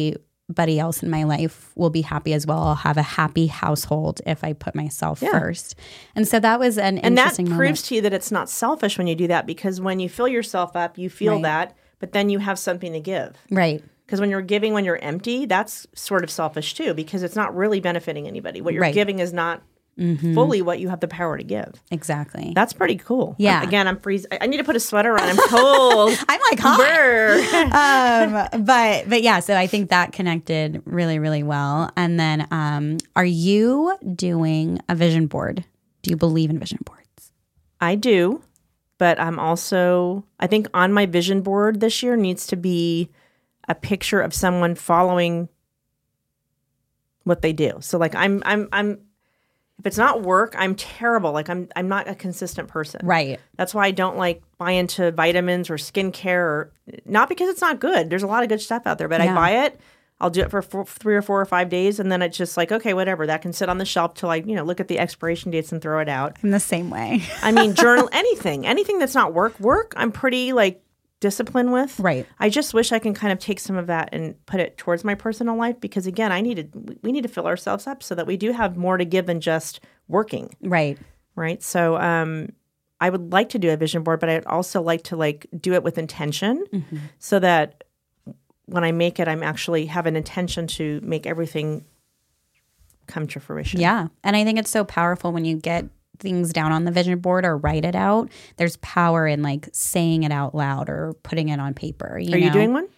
[SPEAKER 2] everybody else in my life will be happy as well. I'll have a happy household if I put myself first. And so that was an
[SPEAKER 3] and that
[SPEAKER 2] interesting
[SPEAKER 3] proves
[SPEAKER 2] moment.
[SPEAKER 3] to you that it's not selfish when you do that because when you fill yourself up, you feel
[SPEAKER 2] Right.
[SPEAKER 3] that, but then you have something to give.
[SPEAKER 2] Right.
[SPEAKER 3] Because when you're giving when you're empty, that's sort of selfish too, because it's not really benefiting anybody. What you're
[SPEAKER 2] Right. Mm-hmm.
[SPEAKER 3] giving is not fully what you have the power to give.
[SPEAKER 2] Exactly.
[SPEAKER 3] That's pretty cool.
[SPEAKER 2] Yeah.
[SPEAKER 3] again, I'm freezing. I need to put a sweater on. I'm cold.
[SPEAKER 2] I'm like hot.
[SPEAKER 3] Brr.
[SPEAKER 2] um, but but yeah, so I think that connected really really well. And then, um, are you doing a vision board? Do you believe in vision boards?
[SPEAKER 3] I do, but I'm also, I think on my vision board this year needs to be a picture of someone following what they do. So like I'm I'm I'm if it's not work, I'm terrible. Like I'm I'm not a consistent person.
[SPEAKER 2] Right.
[SPEAKER 3] That's why I don't like buy into vitamins or skincare or not because it's not good. There's a lot of good stuff out there, but
[SPEAKER 2] Yeah.
[SPEAKER 3] I buy it. I'll do it for four, three or four or five days, and then it's just like okay, whatever. That can sit on the shelf till I, you know, look at the expiration dates and throw it out.
[SPEAKER 2] I'm the same way.
[SPEAKER 3] I mean, journal anything, anything that's not work. Work, I'm pretty like disciplined with.
[SPEAKER 2] Right.
[SPEAKER 3] I just wish I can kind of take some of that and put it towards my personal life because again, I need to we need to fill ourselves up so that we do have more to give than just working,
[SPEAKER 2] Right.
[SPEAKER 3] right? So, um I would like to do a vision board, but I'd also like to like do it with intention
[SPEAKER 2] Mm-hmm.
[SPEAKER 3] so that when I make it, I'm actually have an intention to make everything come to fruition.
[SPEAKER 2] Yeah. And I think it's so powerful when you get things down on the vision board or write it out. There's power in like saying it out loud or putting it on paper. You
[SPEAKER 3] Are you
[SPEAKER 2] know?
[SPEAKER 3] doing one?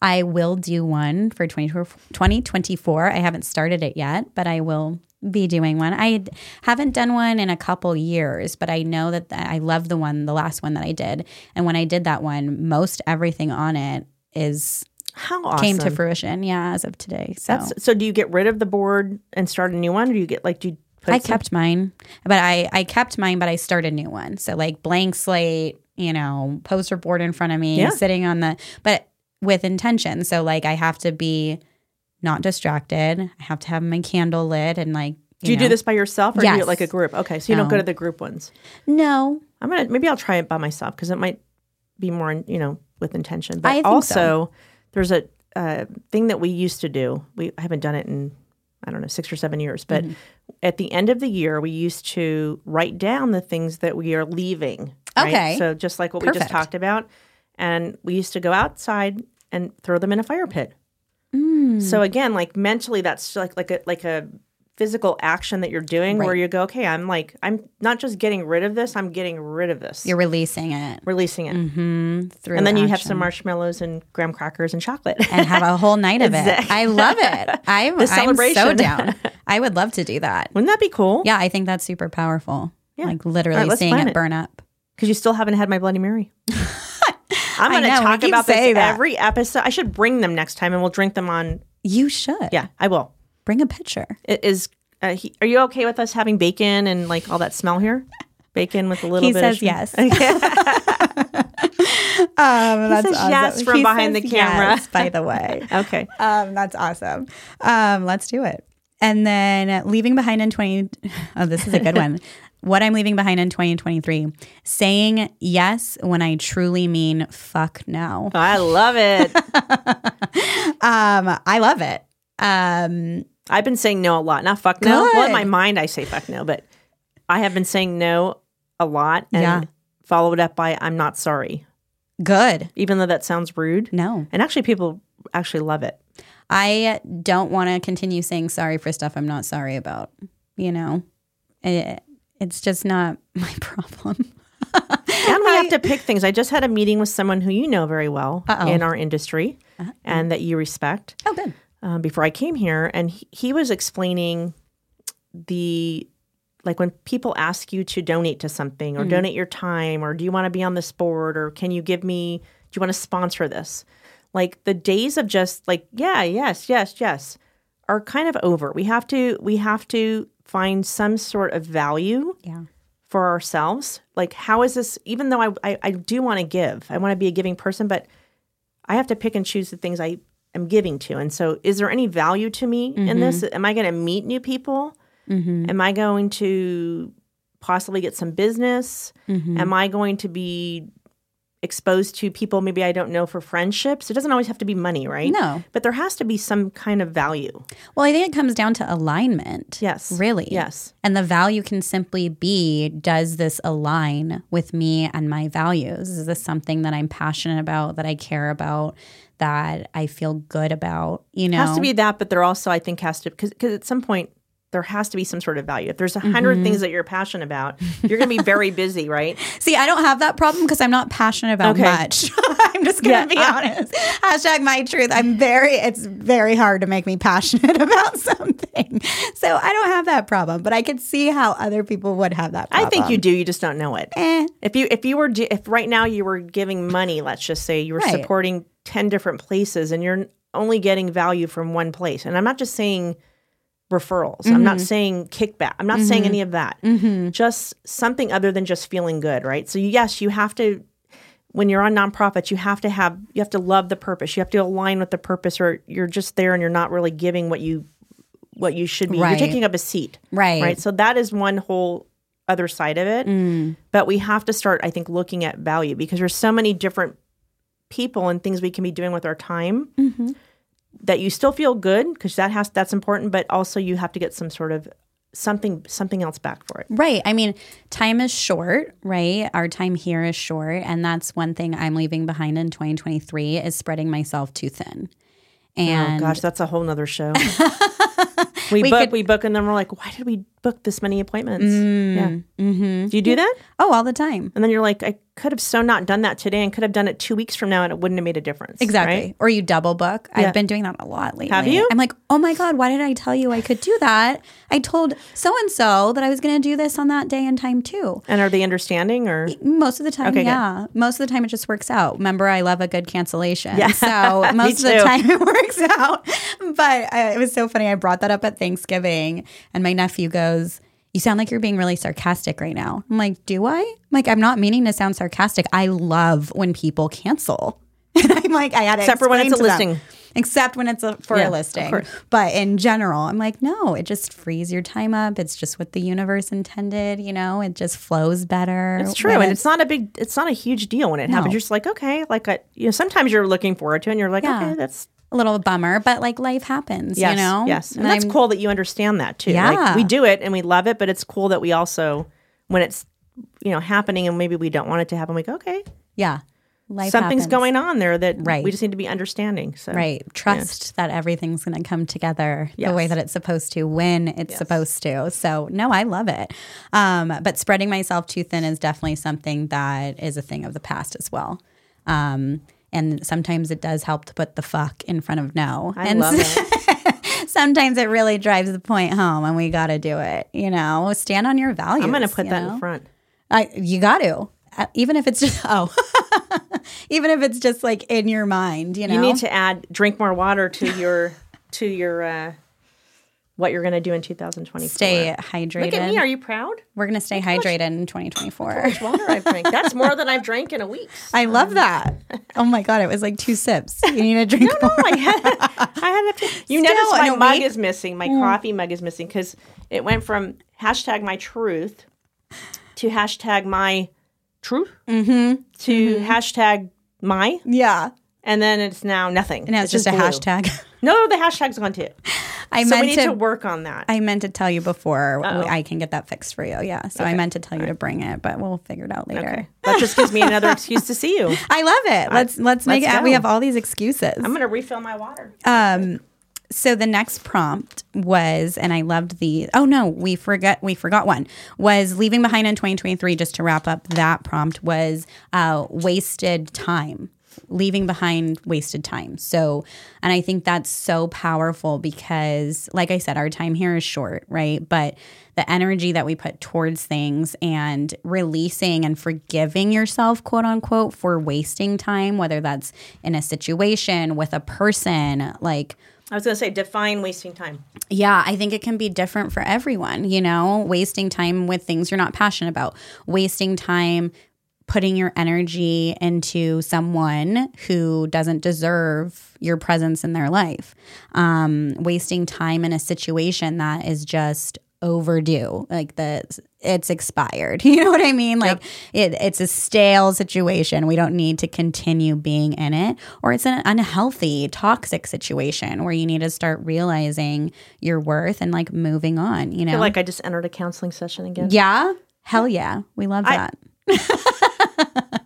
[SPEAKER 2] I will do one for 2024 2024. I haven't started it yet, but I will be doing one. I d- haven't done one in a couple years, but I know that th- I love the one, the last one that I did. And when I did that one, most everything on it is
[SPEAKER 3] How awesome.
[SPEAKER 2] came to fruition. Yeah, as of today. So
[SPEAKER 3] That's, so do you get rid of the board and start a new one, or do you get like do you put
[SPEAKER 2] I
[SPEAKER 3] some-
[SPEAKER 2] kept mine, but I I kept mine, but I started a new one. So like blank slate, you know, poster board in front of me,
[SPEAKER 3] Yeah.
[SPEAKER 2] sitting on the but with intention. So like I have to be not distracted. I have to have my candle lit and like
[SPEAKER 3] Do you
[SPEAKER 2] know.
[SPEAKER 3] do this by yourself, or do you
[SPEAKER 2] Yes.
[SPEAKER 3] do it like a group? Okay, so you don't go
[SPEAKER 2] No.
[SPEAKER 3] to the group ones.
[SPEAKER 2] No,
[SPEAKER 3] I'm gonna maybe I'll try it by myself because it might be more in- you know with intention.
[SPEAKER 2] I
[SPEAKER 3] But
[SPEAKER 2] think
[SPEAKER 3] also,
[SPEAKER 2] so.
[SPEAKER 3] there's a uh, thing that we used to do. We I haven't done it in I don't know six or seven years, but
[SPEAKER 2] Mm-hmm.
[SPEAKER 3] at the end of the year, we used to write down the things that we are leaving. right?
[SPEAKER 2] Okay.
[SPEAKER 3] so just like what we
[SPEAKER 2] Perfect.
[SPEAKER 3] just talked about, and we used to go outside and throw them in a fire pit.
[SPEAKER 2] Mm.
[SPEAKER 3] So again, like mentally, that's like like a like a physical action that you're doing where
[SPEAKER 2] Right.
[SPEAKER 3] you go, okay, I'm like I'm not just getting rid of this, I'm getting rid of this,
[SPEAKER 2] you're releasing it
[SPEAKER 3] releasing it,
[SPEAKER 2] mm-hmm, through
[SPEAKER 3] and then you have
[SPEAKER 2] action.
[SPEAKER 3] some marshmallows and graham crackers and chocolate.
[SPEAKER 2] and have a whole night of it.
[SPEAKER 3] Exact-
[SPEAKER 2] I love it. I'm, I'm so
[SPEAKER 3] celebration.
[SPEAKER 2] down. I would love to do that.
[SPEAKER 3] Wouldn't that be cool?
[SPEAKER 2] Yeah, I think that's super powerful.
[SPEAKER 3] Yeah.
[SPEAKER 2] Like
[SPEAKER 3] All
[SPEAKER 2] literally
[SPEAKER 3] right, let's
[SPEAKER 2] seeing
[SPEAKER 3] plan
[SPEAKER 2] it
[SPEAKER 3] it.
[SPEAKER 2] burn up.
[SPEAKER 3] because you still haven't had my Bloody Mary. I'm
[SPEAKER 2] I
[SPEAKER 3] going to
[SPEAKER 2] know, we
[SPEAKER 3] talk
[SPEAKER 2] keep
[SPEAKER 3] about this
[SPEAKER 2] saying that.
[SPEAKER 3] every episode. I should bring them next time, and we'll drink them on.
[SPEAKER 2] You should.
[SPEAKER 3] Yeah, I will.
[SPEAKER 2] Bring a picture.
[SPEAKER 3] It is uh, he, are you okay with us having bacon and like all that smell here? Bacon with a little
[SPEAKER 2] He
[SPEAKER 3] bit.
[SPEAKER 2] says
[SPEAKER 3] of shrimp?
[SPEAKER 2] yes. Um, that's
[SPEAKER 3] says
[SPEAKER 2] awesome.
[SPEAKER 3] yes from behind the camera.
[SPEAKER 2] yes, by the way.
[SPEAKER 3] Okay.
[SPEAKER 2] Um, that's awesome. Um, let's do it. And then uh, leaving behind in 20. Oh, this is a good one. What I'm leaving behind in 2023 saying yes when I truly mean fuck no.
[SPEAKER 3] I love it.
[SPEAKER 2] Um, I love it. Um,
[SPEAKER 3] I've been saying no a lot. Not fuck no.
[SPEAKER 2] Good.
[SPEAKER 3] Well, in my mind, I say fuck no, but I have been saying no a lot and
[SPEAKER 2] Yeah.
[SPEAKER 3] followed up by I'm not sorry,
[SPEAKER 2] good.
[SPEAKER 3] even though that sounds rude.
[SPEAKER 2] No,
[SPEAKER 3] And actually, people actually love it.
[SPEAKER 2] I don't want to continue saying sorry for stuff I'm not sorry about. You know, it, it's just not my problem.
[SPEAKER 3] And we have to pick things. I just had a meeting with someone who you know very well
[SPEAKER 2] Uh-oh. Uh-huh.
[SPEAKER 3] in our industry and that you respect.
[SPEAKER 2] Oh, good.
[SPEAKER 3] um, before I came here, and he, he was explaining the like when people ask you to donate to something or donate your time or do you want to be on this board or can you give me do you want to sponsor this like the days of just like yeah yes yes yes are kind of over we have to we have to find some sort of value
[SPEAKER 2] Yeah.
[SPEAKER 3] for ourselves like how is this even though i i, I do want to give i want to be a giving person but i have to pick and choose the things i am giving to and so is there any value to me in this
[SPEAKER 2] Mm-hmm.
[SPEAKER 3] am i going to meet new people am i going to possibly get some business
[SPEAKER 2] Mm-hmm.
[SPEAKER 3] am i going to be exposed to people maybe i don't know for friendships it doesn't always have to be money right
[SPEAKER 2] No.
[SPEAKER 3] but there has to be some kind of value
[SPEAKER 2] Well, I think it comes down to alignment.
[SPEAKER 3] yes
[SPEAKER 2] Really?
[SPEAKER 3] yes
[SPEAKER 2] And the value can simply be does this align with me and my values? Is this something that I'm passionate about, that I care about, that I feel good about? You know,
[SPEAKER 3] has to be that, but there also I think has to because at some point there has to be some sort of value. If there's a 100 things that you're passionate about, you're going to be very busy, right?
[SPEAKER 2] See, I don't have that problem because I'm not passionate about
[SPEAKER 3] Okay.
[SPEAKER 2] much. I'm just gonna
[SPEAKER 3] Yeah, uh,
[SPEAKER 2] be
[SPEAKER 3] I-
[SPEAKER 2] honest. Hashtag my truth. I'm very. It's very hard to make me passionate about something, so I don't have that problem. But I could see how other people would have that.
[SPEAKER 3] I
[SPEAKER 2] problem.
[SPEAKER 3] think you do. You just don't know it.
[SPEAKER 2] Eh,
[SPEAKER 3] If you if you were do- if right now you were giving money, let's just say you were
[SPEAKER 2] Right.
[SPEAKER 3] supporting 10 different places and you're only getting value from one place. And I'm not just saying referrals. I'm
[SPEAKER 2] Mm-hmm.
[SPEAKER 3] not saying kickback. I'm not saying any of that. Just something other than just feeling good, right? So yes, you have to when you're on nonprofits, you have to have you have to love the purpose. You have to align with the purpose or you're just there and you're not really giving what you what you should be.
[SPEAKER 2] Right.
[SPEAKER 3] You're taking up a seat
[SPEAKER 2] right. Mm.
[SPEAKER 3] right so that is one whole other side of it but we have to start i think looking at value because there's so many different people and things we can be doing with our time
[SPEAKER 2] Mm-hmm.
[SPEAKER 3] that you still feel good because that has that's important but also you have to get some sort of something something else back for it
[SPEAKER 2] Right. I mean, time is short, right? Our time here is short. And that's one thing I'm leaving behind in 2023 is spreading myself too thin.
[SPEAKER 3] oh
[SPEAKER 2] And
[SPEAKER 3] gosh that's a whole nother show we,
[SPEAKER 2] We
[SPEAKER 3] book
[SPEAKER 2] could-
[SPEAKER 3] we book and then we're like why did we book this many appointments
[SPEAKER 2] Mm.
[SPEAKER 3] yeah do you do that
[SPEAKER 2] oh, all the time.
[SPEAKER 3] and then you're like i could have so not done that today and could have done it two weeks from now and it wouldn't have made a difference
[SPEAKER 2] Exactly.
[SPEAKER 3] right?
[SPEAKER 2] Or you double book.
[SPEAKER 3] Yeah.
[SPEAKER 2] I've been doing that a lot lately.
[SPEAKER 3] Have you?
[SPEAKER 2] I'm like, oh my God, why did I tell you I could do that? I told so and so that I was going to do this on that day and time too.
[SPEAKER 3] And are they understanding or
[SPEAKER 2] Most of the time,
[SPEAKER 3] Okay, good.
[SPEAKER 2] yeah. Most of the time, it just works out. Remember, I love a good cancellation.
[SPEAKER 3] Yeah.
[SPEAKER 2] So
[SPEAKER 3] Me
[SPEAKER 2] most of the
[SPEAKER 3] too.
[SPEAKER 2] time, it works out. But uh, it was so funny. I brought that up at Thanksgiving, and my nephew goes, "You sound like you're being really sarcastic right now." I'm like, "Do I?" I'm like, I'm not meaning to sound sarcastic. I love when people cancel. And I'm like, I had to
[SPEAKER 3] Except for when
[SPEAKER 2] explain
[SPEAKER 3] it's a
[SPEAKER 2] to them.
[SPEAKER 3] listing.
[SPEAKER 2] Except when it's a, for
[SPEAKER 3] Yeah,
[SPEAKER 2] a
[SPEAKER 3] of
[SPEAKER 2] listing.
[SPEAKER 3] course.
[SPEAKER 2] But in general, I'm like, no, it just frees your time up. It's just what the universe intended, you know, it just flows better.
[SPEAKER 3] it's true.
[SPEAKER 2] when
[SPEAKER 3] And it's not a big it's not a huge deal when it happens.
[SPEAKER 2] No.
[SPEAKER 3] You're just like, okay, like I, you know, sometimes you're looking forward to it and you're like,
[SPEAKER 2] Yeah.
[SPEAKER 3] okay, that's
[SPEAKER 2] a little bummer, but like life happens,
[SPEAKER 3] yes,
[SPEAKER 2] you know?
[SPEAKER 3] yes. And, that's
[SPEAKER 2] I'm-
[SPEAKER 3] cool that you understand that too.
[SPEAKER 2] Yeah.
[SPEAKER 3] Like we do it and we love it, but it's cool that we also when it's you know happening and maybe we don't want it to happen, we go, okay,
[SPEAKER 2] Yeah. Life
[SPEAKER 3] something's
[SPEAKER 2] happens.
[SPEAKER 3] going on there that
[SPEAKER 2] Right.
[SPEAKER 3] we just need to be understanding. So
[SPEAKER 2] Right. Trust that everything's going to come together the
[SPEAKER 3] Yes.
[SPEAKER 2] way that it's supposed to when it's supposed to. So, no, I love it. Um, but spreading myself too thin is definitely something that is a thing of the past as well. Um, and sometimes it does help to put the fuck in front of no.
[SPEAKER 3] I
[SPEAKER 2] and
[SPEAKER 3] love it.
[SPEAKER 2] sometimes it really drives the point home and we got to do it. You know, stand on your values.
[SPEAKER 3] I'm gonna put
[SPEAKER 2] you
[SPEAKER 3] that
[SPEAKER 2] know?
[SPEAKER 3] in front.
[SPEAKER 2] I you got to Uh, even if it's just oh even if it's just like in your mind you know
[SPEAKER 3] You need to add drink more water to your to your uh what you're going to do in 2024.
[SPEAKER 2] Stay hydrated.
[SPEAKER 3] Look at me. Are you proud?
[SPEAKER 2] We're going to stay hydrated in 2024.
[SPEAKER 3] Water I've drank. That's more than I've drank in a week.
[SPEAKER 2] I love that. Oh my God, it was like two sips. You need to drink more.
[SPEAKER 3] I had, I had a, you
[SPEAKER 2] Still,
[SPEAKER 3] notice
[SPEAKER 2] in
[SPEAKER 3] my
[SPEAKER 2] a
[SPEAKER 3] mug
[SPEAKER 2] week?
[SPEAKER 3] is missing. My
[SPEAKER 2] Mm.
[SPEAKER 3] coffee mug is missing because it went from hashtag my truth to hashtag my truth
[SPEAKER 2] Mm-hmm.
[SPEAKER 3] to hashtag my,
[SPEAKER 2] Yeah.
[SPEAKER 3] and then it's now nothing.
[SPEAKER 2] And now it's, just, a
[SPEAKER 3] blue.
[SPEAKER 2] hashtag.
[SPEAKER 3] No, the hashtag's gone too.
[SPEAKER 2] I
[SPEAKER 3] So
[SPEAKER 2] meant
[SPEAKER 3] we need
[SPEAKER 2] to,
[SPEAKER 3] to, work on that.
[SPEAKER 2] I meant to tell you before I can get that fixed for you. Yeah. So I meant to tell you to bring it, but we'll figure it out later.
[SPEAKER 3] okay. That just gives me another excuse to see you.
[SPEAKER 2] I love it. Let's let's make
[SPEAKER 3] let's
[SPEAKER 2] it. We
[SPEAKER 3] go.
[SPEAKER 2] have all these excuses.
[SPEAKER 3] I'm going to refill my water.
[SPEAKER 2] Uh, so the next prompt was and i loved the oh no we forgot we forgot one was leaving behind in 2023 just to wrap up that prompt was uh, wasted time leaving behind wasted time so and i think that's so powerful because like i said our time here is short right but the energy that we put towards things and releasing and forgiving yourself, quote unquote, for wasting time, whether that's in a situation with a person, like
[SPEAKER 3] I was going to say define wasting time.
[SPEAKER 2] yeah, I think it can be different for everyone, you know, wasting time with things you're not passionate about, wasting time putting your energy into someone who doesn't deserve your presence in their life, um, wasting time in a situation that is just overdue like the it's expired you know what i mean like it, it's a stale situation we don't need to continue being in it or it's an unhealthy toxic situation where you need to start realizing your worth and like moving on you
[SPEAKER 3] I
[SPEAKER 2] know
[SPEAKER 3] feel like I just entered a counseling session again.
[SPEAKER 2] yeah hell yeah we love that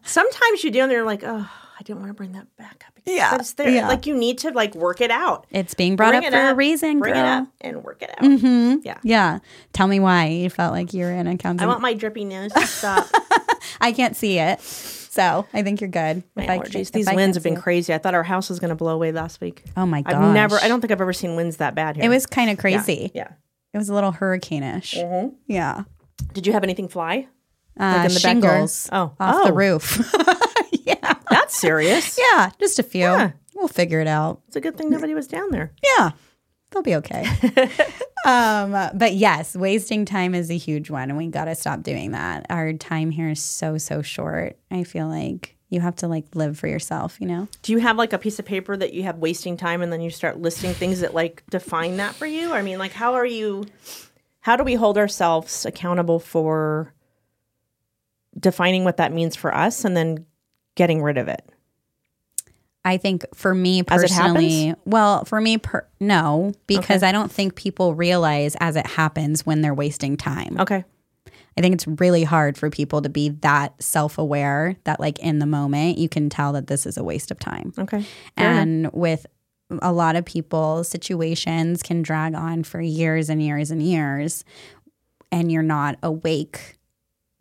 [SPEAKER 3] Sometimes you do, and they're like, oh, I didn't want to bring that back up. Again.
[SPEAKER 2] Yeah,
[SPEAKER 3] But it's there.
[SPEAKER 2] yeah.
[SPEAKER 3] Like you need to like work it out.
[SPEAKER 2] it's being brought
[SPEAKER 3] Bring
[SPEAKER 2] up
[SPEAKER 3] it
[SPEAKER 2] for a
[SPEAKER 3] up,
[SPEAKER 2] reason
[SPEAKER 3] Bring
[SPEAKER 2] girl. Mm-hmm.
[SPEAKER 3] it up and work it out.
[SPEAKER 2] yeah tell me why you felt like you were in a
[SPEAKER 3] I
[SPEAKER 2] counseling
[SPEAKER 3] want my drippy nose to stop.
[SPEAKER 2] i can't see it so i think you're good
[SPEAKER 3] my
[SPEAKER 2] If I
[SPEAKER 3] allergies.
[SPEAKER 2] can't-
[SPEAKER 3] These
[SPEAKER 2] if I can't
[SPEAKER 3] winds have been
[SPEAKER 2] see it.
[SPEAKER 3] crazy. I thought our house was going to blow away last week.
[SPEAKER 2] oh my god
[SPEAKER 3] I've never. I don't think I've ever seen winds that bad here.
[SPEAKER 2] it was kind of crazy
[SPEAKER 3] Yeah.
[SPEAKER 2] It was a little hurricane-ish. Yeah.
[SPEAKER 3] Did you have anything fly?
[SPEAKER 2] Uh,
[SPEAKER 3] in the backyard?
[SPEAKER 2] shingles
[SPEAKER 3] Oh.
[SPEAKER 2] off
[SPEAKER 3] Oh.
[SPEAKER 2] the roof. yeah.
[SPEAKER 3] That's serious.
[SPEAKER 2] Yeah, just a few. We'll figure it out.
[SPEAKER 3] It's a good thing nobody was down there.
[SPEAKER 2] Yeah. They'll be okay. um, but yes, wasting time is a huge one and we got to stop doing that. Our time here is so so short. I feel like you have to like live for yourself, you know?
[SPEAKER 3] Do you have like a piece of paper that you have wasting time and then you start listing things that like define that for you? I mean, like how are you how do we hold ourselves accountable for defining what that means for us and then getting rid of it?
[SPEAKER 2] I think for me
[SPEAKER 3] As it happens?
[SPEAKER 2] personally, well, for me, per- no, because I don't think people realize as it happens when they're wasting time.
[SPEAKER 3] Okay.
[SPEAKER 2] I think it's really hard for people to be that self aware that, like, in the moment, you can tell that this is a waste of time.
[SPEAKER 3] Okay.
[SPEAKER 2] And with a lot of people, situations can drag on for years and years and years, and you're not awake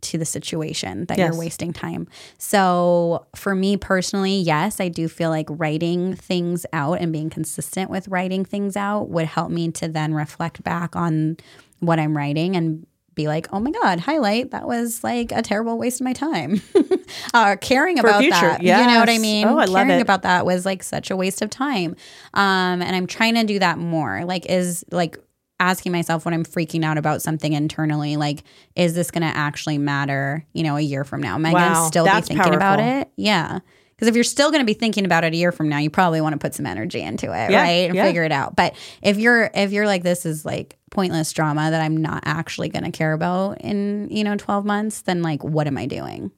[SPEAKER 2] to the situation that
[SPEAKER 3] Yes.
[SPEAKER 2] you're wasting time. So, for me personally, yes, I do feel like writing things out and being consistent with writing things out would help me to then reflect back on what I'm writing and be like, oh my God, highlight, that was like a terrible waste of my time. uh, caring about
[SPEAKER 3] future,
[SPEAKER 2] that. You know what I
[SPEAKER 3] yes.
[SPEAKER 2] mean?
[SPEAKER 3] Oh, I love
[SPEAKER 2] caring
[SPEAKER 3] it.
[SPEAKER 2] about that was like such a waste of time. Um, and I'm trying to do that more. Like, is like asking myself when I'm freaking out about something internally, like, is this going to actually matter, you know, a year from now? Am I going
[SPEAKER 3] Wow,
[SPEAKER 2] to still be
[SPEAKER 3] that's
[SPEAKER 2] thinking about
[SPEAKER 3] powerful.
[SPEAKER 2] it? Yeah. Because if you're still going to be thinking about it a year from now, you probably want to put some energy into it,
[SPEAKER 3] Yeah,
[SPEAKER 2] right? And
[SPEAKER 3] yeah.
[SPEAKER 2] figure it out. But if you're if you're like this is like pointless drama that I'm not actually going to care about in, you know, 12 months, then like what am I doing?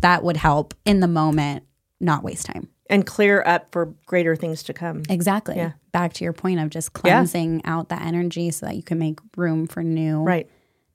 [SPEAKER 2] That would help in the moment not waste time.
[SPEAKER 3] And clear up for greater things to come.
[SPEAKER 2] Exactly. Back to your point of just cleansing out the energy so that you can make room for new.
[SPEAKER 3] Right.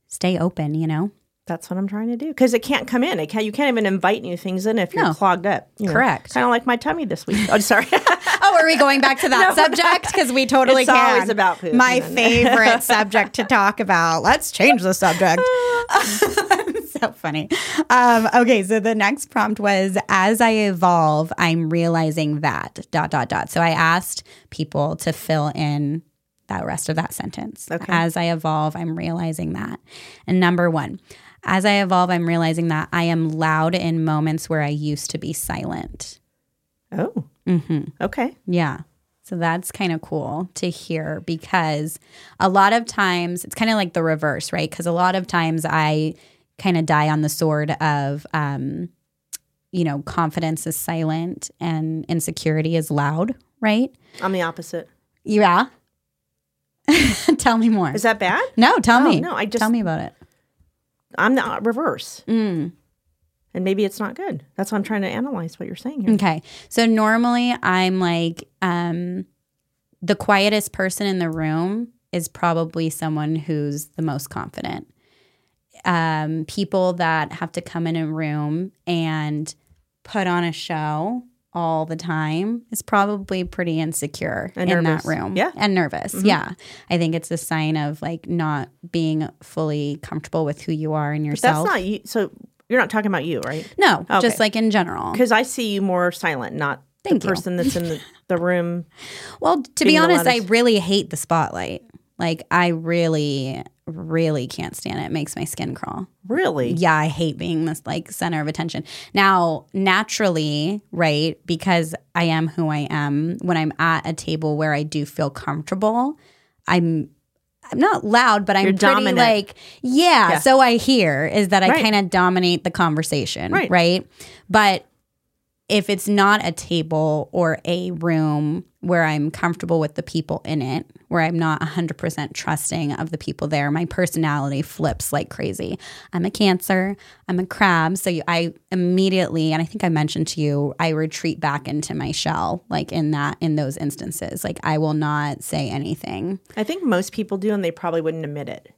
[SPEAKER 2] Stay open, you know?
[SPEAKER 3] That's what I'm trying to do because it can't come in. It can't, you can't even invite new things in if you're
[SPEAKER 2] No.
[SPEAKER 3] clogged up. you know.
[SPEAKER 2] Correct.
[SPEAKER 3] Kind of like my tummy this week. Oh, sorry.
[SPEAKER 2] Oh, are we going back to that subject? Because we totally
[SPEAKER 3] It's
[SPEAKER 2] can.
[SPEAKER 3] always about poop,
[SPEAKER 2] My
[SPEAKER 3] isn't
[SPEAKER 2] favorite subject to talk about. Let's change the subject. so funny. Um, okay, so the next prompt was as I evolve, I'm realizing that dot dot dot. So I asked people to fill in that rest of that sentence.
[SPEAKER 3] Okay.
[SPEAKER 2] As I evolve, I'm realizing that. And number one, as I evolve, I'm realizing that I am loud in moments where I used to be silent.
[SPEAKER 3] oh. Okay.
[SPEAKER 2] Yeah. So that's kind of cool to hear because a lot of times it's kind of like the reverse, right? Because a lot of times I kind of die on the sword of, um, you know, confidence is silent and insecurity is loud, right?
[SPEAKER 3] I'm the opposite.
[SPEAKER 2] Yeah. tell me more.
[SPEAKER 3] Is that bad?
[SPEAKER 2] no, tell
[SPEAKER 3] Oh,
[SPEAKER 2] me.
[SPEAKER 3] no, I just-
[SPEAKER 2] tell me about it.
[SPEAKER 3] I'm the uh, reverse,
[SPEAKER 2] Mm.
[SPEAKER 3] and maybe it's not good. That's why I'm trying to analyze what you're saying here.
[SPEAKER 2] Okay. So normally I'm like um the quietest person in the room is probably someone who's the most confident. Um people that have to come in a room and put on a show all the time is probably pretty insecure
[SPEAKER 3] And
[SPEAKER 2] in
[SPEAKER 3] nervous.
[SPEAKER 2] that room.
[SPEAKER 3] Yeah. Mm-hmm.
[SPEAKER 2] And nervous. Yeah. I think it's a sign of like not being fully comfortable with who you are and
[SPEAKER 3] But that's
[SPEAKER 2] yourself.
[SPEAKER 3] not you. So you're not talking about you, right?
[SPEAKER 2] no,
[SPEAKER 3] Okay.
[SPEAKER 2] just like in general.
[SPEAKER 3] Because I see you more silent, not
[SPEAKER 2] Thank
[SPEAKER 3] the
[SPEAKER 2] you.
[SPEAKER 3] person that's in the, the room.
[SPEAKER 2] Well, to be
[SPEAKER 3] being the
[SPEAKER 2] honest, I
[SPEAKER 3] loudest.
[SPEAKER 2] really hate the spotlight. Like I really, really can't stand it. It makes my skin crawl.
[SPEAKER 3] Really?
[SPEAKER 2] Yeah, I hate being this like center of attention. Now, naturally, right, because I am who I am, when I'm at a table where I do feel comfortable, I'm I'm not loud, but I'm
[SPEAKER 3] You're
[SPEAKER 2] pretty
[SPEAKER 3] dominant.
[SPEAKER 2] like, yeah,
[SPEAKER 3] Yeah.
[SPEAKER 2] so I hear is that I
[SPEAKER 3] Right.
[SPEAKER 2] kind of dominate the conversation,
[SPEAKER 3] Right.
[SPEAKER 2] right? But if it's not a table or a room where I'm comfortable with the people in it, where I'm not 100% trusting of the people there, my personality flips like crazy. I'm a Cancer, I'm a Crab. So you, I immediately, and I think I mentioned to you, I retreat back into my shell, like in that, in those instances. Like I will not say anything.
[SPEAKER 3] I think most people do, and they probably wouldn't admit it,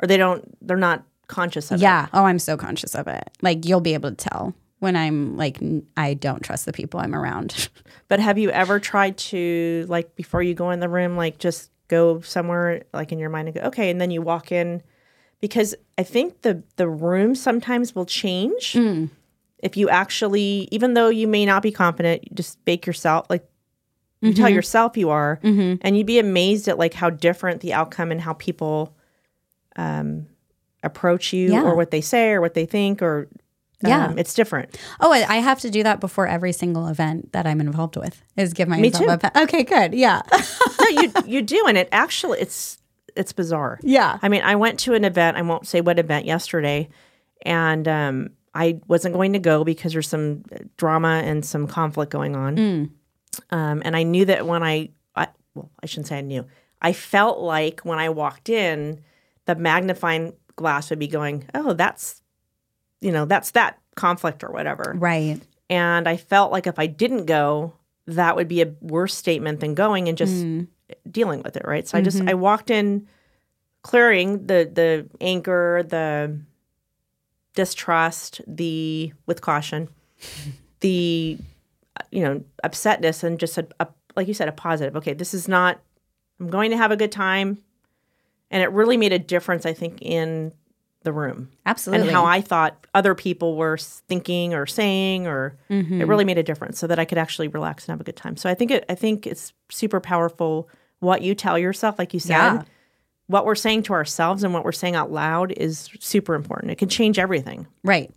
[SPEAKER 3] or they don't. They're not conscious of it.
[SPEAKER 2] Mm. Yeah. Oh, I'm so conscious of it. Like you'll be able to tell when I'm like, n- I don't trust the people I'm around.
[SPEAKER 3] But have you ever tried to like before you go in the room, like just go somewhere like in your mind and go okay, and then you walk in because I think the the room sometimes will change
[SPEAKER 2] Mm.
[SPEAKER 3] if you actually, even though you may not be confident, you just bake yourself like. You
[SPEAKER 2] Mm-hmm.
[SPEAKER 3] tell yourself you are, and you'd be amazed at like how different the outcome and how people um, approach you,
[SPEAKER 2] Yeah.
[SPEAKER 3] or what they say, or what they think, or um,
[SPEAKER 2] Yeah.
[SPEAKER 3] it's different.
[SPEAKER 2] Oh, I I have to do that before every single event that I'm involved with. Is give myself
[SPEAKER 3] too.
[SPEAKER 2] a pat. Okay, good. Yeah,
[SPEAKER 3] no, you you do, and it actually it's it's bizarre.
[SPEAKER 2] yeah.
[SPEAKER 3] I mean, I went to an event. I won't say what event yesterday, and um, I wasn't going to go because there's some drama and some conflict going on. Um, and I knew that when I, I, well, I shouldn't say I knew. I felt like when I walked in, the magnifying glass would be going, "Oh, that's, you know, that's that conflict or whatever."
[SPEAKER 2] Right.
[SPEAKER 3] And I felt like if I didn't go, that would be a worse statement than going and just
[SPEAKER 2] Mm.
[SPEAKER 3] dealing with it, right? So I just I walked in clearing the the anger, the distrust, the with caution, the uh, you know, upsetness and just a, a like you said a positive. Okay, this is not I'm going to have a good time. And it really made a difference I think in the room
[SPEAKER 2] Absolutely.
[SPEAKER 3] and how I thought other people were s- thinking or saying, or
[SPEAKER 2] Mm-hmm.
[SPEAKER 3] it really made a difference, so that I could actually relax and have a good time. So I think it, I think it's super powerful what you tell yourself, like you said.
[SPEAKER 2] Yeah.
[SPEAKER 3] What we're saying to ourselves and what we're saying out loud is super important. It can change everything.
[SPEAKER 2] right.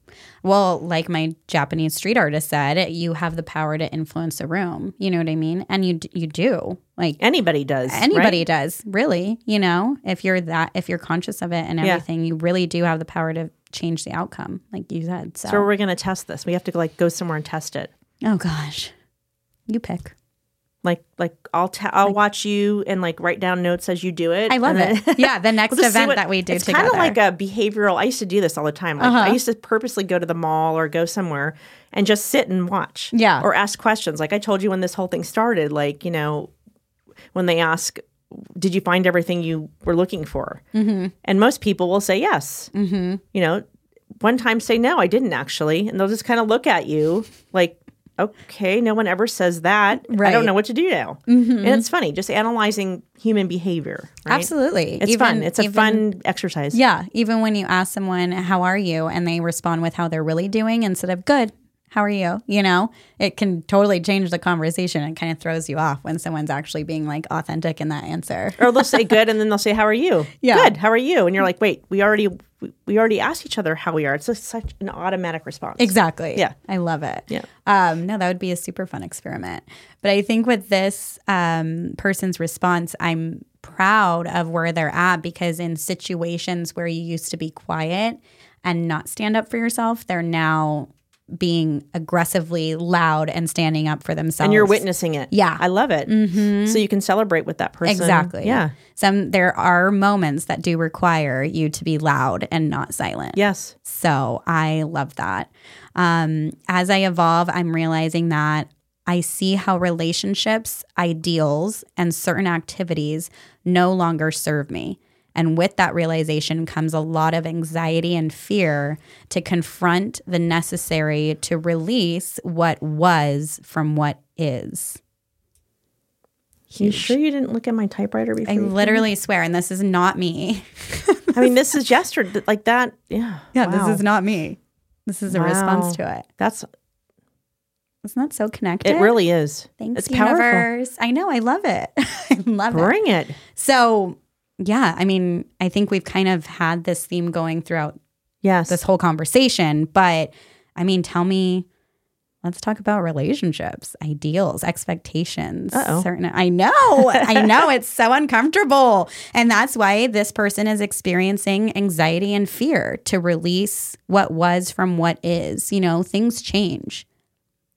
[SPEAKER 2] Well, like my Japanese street artist said, you have the power to influence a room. You know what I mean? And you d- you do. Like
[SPEAKER 3] Anybody does. right?
[SPEAKER 2] anybody does, really. You know, if you're that, if you're conscious of it and
[SPEAKER 3] Yeah.
[SPEAKER 2] everything, you really do have the power to change the outcome, like you said. So,
[SPEAKER 3] So we're gonna test this. We have to like go somewhere and test it.
[SPEAKER 2] oh gosh, you pick.
[SPEAKER 3] Like like I'll ta- I'll watch you and like write down notes as you do it.
[SPEAKER 2] I love
[SPEAKER 3] and then-
[SPEAKER 2] it. Yeah, the next
[SPEAKER 3] We'll just see
[SPEAKER 2] event
[SPEAKER 3] what-
[SPEAKER 2] that we do
[SPEAKER 3] it's
[SPEAKER 2] together. Uh-huh.
[SPEAKER 3] kind of like a behavioral. I used to do this all the time. Like I used to purposely go to the mall or go somewhere and just sit and watch.
[SPEAKER 2] Yeah.
[SPEAKER 3] Or ask questions. Like I told you when this whole thing started. Like you know, when they ask, "Did you find everything you were looking for?" Mm-hmm. And most people will say yes. Mm-hmm. You know, one time say no, I didn't actually, and they'll just kind of look at you like. Okay, no one ever says that. I
[SPEAKER 2] Right.
[SPEAKER 3] don't know what to do now. Mm-hmm. And it's funny, just analyzing human behavior. Right?
[SPEAKER 2] Absolutely.
[SPEAKER 3] It's
[SPEAKER 2] Even-
[SPEAKER 3] fun. It's a
[SPEAKER 2] even-
[SPEAKER 3] fun exercise.
[SPEAKER 2] Yeah. Even when you ask someone, how are you? And they respond with how they're really doing instead of good. How are you? You know, it can totally change the conversation and kind of throws you off when someone's actually being like authentic in that answer.
[SPEAKER 3] or they'll say good and then they'll say how are you
[SPEAKER 2] Yeah.
[SPEAKER 3] good how are you and you're like wait we already we- we already asked each other how we are it's just such an automatic response
[SPEAKER 2] Exactly.
[SPEAKER 3] Yeah.
[SPEAKER 2] I love it.
[SPEAKER 3] Yeah.
[SPEAKER 2] Um, no, that would be a super fun experiment. But I think with this um, person's response, I'm proud of where they're at because in situations where you used to be quiet and not stand up for yourself, they're now being aggressively loud and standing up for themselves.
[SPEAKER 3] and you're witnessing it
[SPEAKER 2] Yeah. Mm-hmm.
[SPEAKER 3] i love it so you can celebrate with that person
[SPEAKER 2] Exactly.
[SPEAKER 3] yeah
[SPEAKER 2] Some there are moments that do require you to be loud and not silent.
[SPEAKER 3] yes
[SPEAKER 2] So I love that. Um, as I evolve, I'm realizing that I see how relationships, ideals, and certain activities no longer serve me. And with that realization comes a lot of anxiety and fear to confront the necessary to release what was from what is.
[SPEAKER 3] you sure you didn't look at my typewriter before
[SPEAKER 2] I
[SPEAKER 3] you-
[SPEAKER 2] literally swear, and this is not me.
[SPEAKER 3] I mean this is yesterday like that yeah Wow.
[SPEAKER 2] not me. This is a response
[SPEAKER 3] Wow.
[SPEAKER 2] to it.
[SPEAKER 3] that's
[SPEAKER 2] Isn't that so connected?
[SPEAKER 3] it really is
[SPEAKER 2] Thanks,
[SPEAKER 3] it's powerful
[SPEAKER 2] universe. I know. I love it. I love it.
[SPEAKER 3] bring it
[SPEAKER 2] So, yeah, I mean, I think we've kind of had this theme going throughout
[SPEAKER 3] yes
[SPEAKER 2] this whole conversation, but I mean, tell me, let's talk about relationships, ideals, expectations.
[SPEAKER 3] Uh-oh.
[SPEAKER 2] Certain, I know, I know, it's so uncomfortable. And that's why this person is experiencing anxiety and fear to release what was from what is. You know, things change.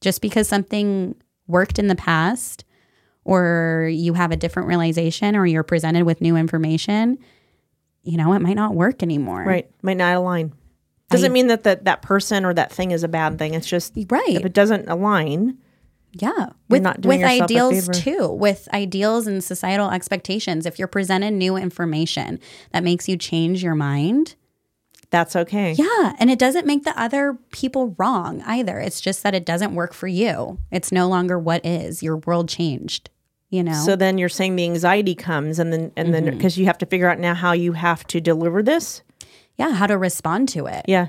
[SPEAKER 2] Just because something worked in the past, or you have a different realization, or you're presented with new information, you know, it might not work anymore.
[SPEAKER 3] right might not align doesn't mean that the, that person or that thing is a bad thing it's just
[SPEAKER 2] Right.
[SPEAKER 3] if it doesn't align
[SPEAKER 2] Yeah, with
[SPEAKER 3] not doing
[SPEAKER 2] with
[SPEAKER 3] yourself a
[SPEAKER 2] ideals
[SPEAKER 3] favor.
[SPEAKER 2] too, with ideals and societal expectations. If you're presented new information that makes you change your mind,
[SPEAKER 3] that's okay
[SPEAKER 2] yeah, and it doesn't make the other people wrong either. It's just that it doesn't work for you. It's no longer what is. Your world changed. You know. Mm-hmm.
[SPEAKER 3] So then you're saying the anxiety comes, and then and then because you have to figure out now how you have to deliver this.
[SPEAKER 2] yeah, how to respond to it.
[SPEAKER 3] Yeah,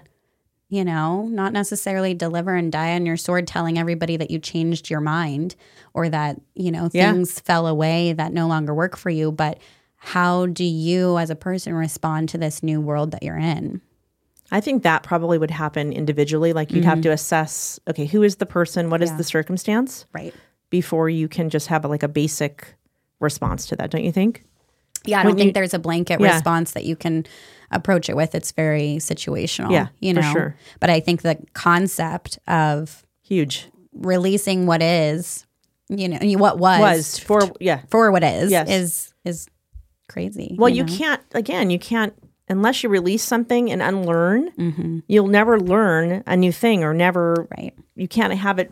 [SPEAKER 2] you know, not necessarily deliver and die on your sword telling everybody that you changed your mind or that, you know,
[SPEAKER 3] Yeah.
[SPEAKER 2] things fell away that no longer work for you, but how do you as a person respond to this new world that you're in?
[SPEAKER 3] I think that probably would happen individually. Like you'd have
[SPEAKER 2] Mm-hmm.
[SPEAKER 3] to assess, okay, who is the person, what is the circumstance,
[SPEAKER 2] Right.
[SPEAKER 3] before you can just have like a basic response to that. Don't you think?
[SPEAKER 2] Yeah, I don't
[SPEAKER 3] When
[SPEAKER 2] think
[SPEAKER 3] you-
[SPEAKER 2] there's a blanket
[SPEAKER 3] Yeah.
[SPEAKER 2] response that you can approach it with. It's very situational,
[SPEAKER 3] Yeah,
[SPEAKER 2] you
[SPEAKER 3] for
[SPEAKER 2] know.
[SPEAKER 3] sure.
[SPEAKER 2] But I think the concept of
[SPEAKER 3] Huge
[SPEAKER 2] releasing what is, you know, what was,
[SPEAKER 3] was for yeah.
[SPEAKER 2] for what is
[SPEAKER 3] Yes.
[SPEAKER 2] is is crazy.
[SPEAKER 3] Well, you
[SPEAKER 2] know?
[SPEAKER 3] can't again. You can't unless you release something and unlearn.
[SPEAKER 2] Mm-hmm.
[SPEAKER 3] You'll never learn a new thing or never
[SPEAKER 2] right.
[SPEAKER 3] you can't have it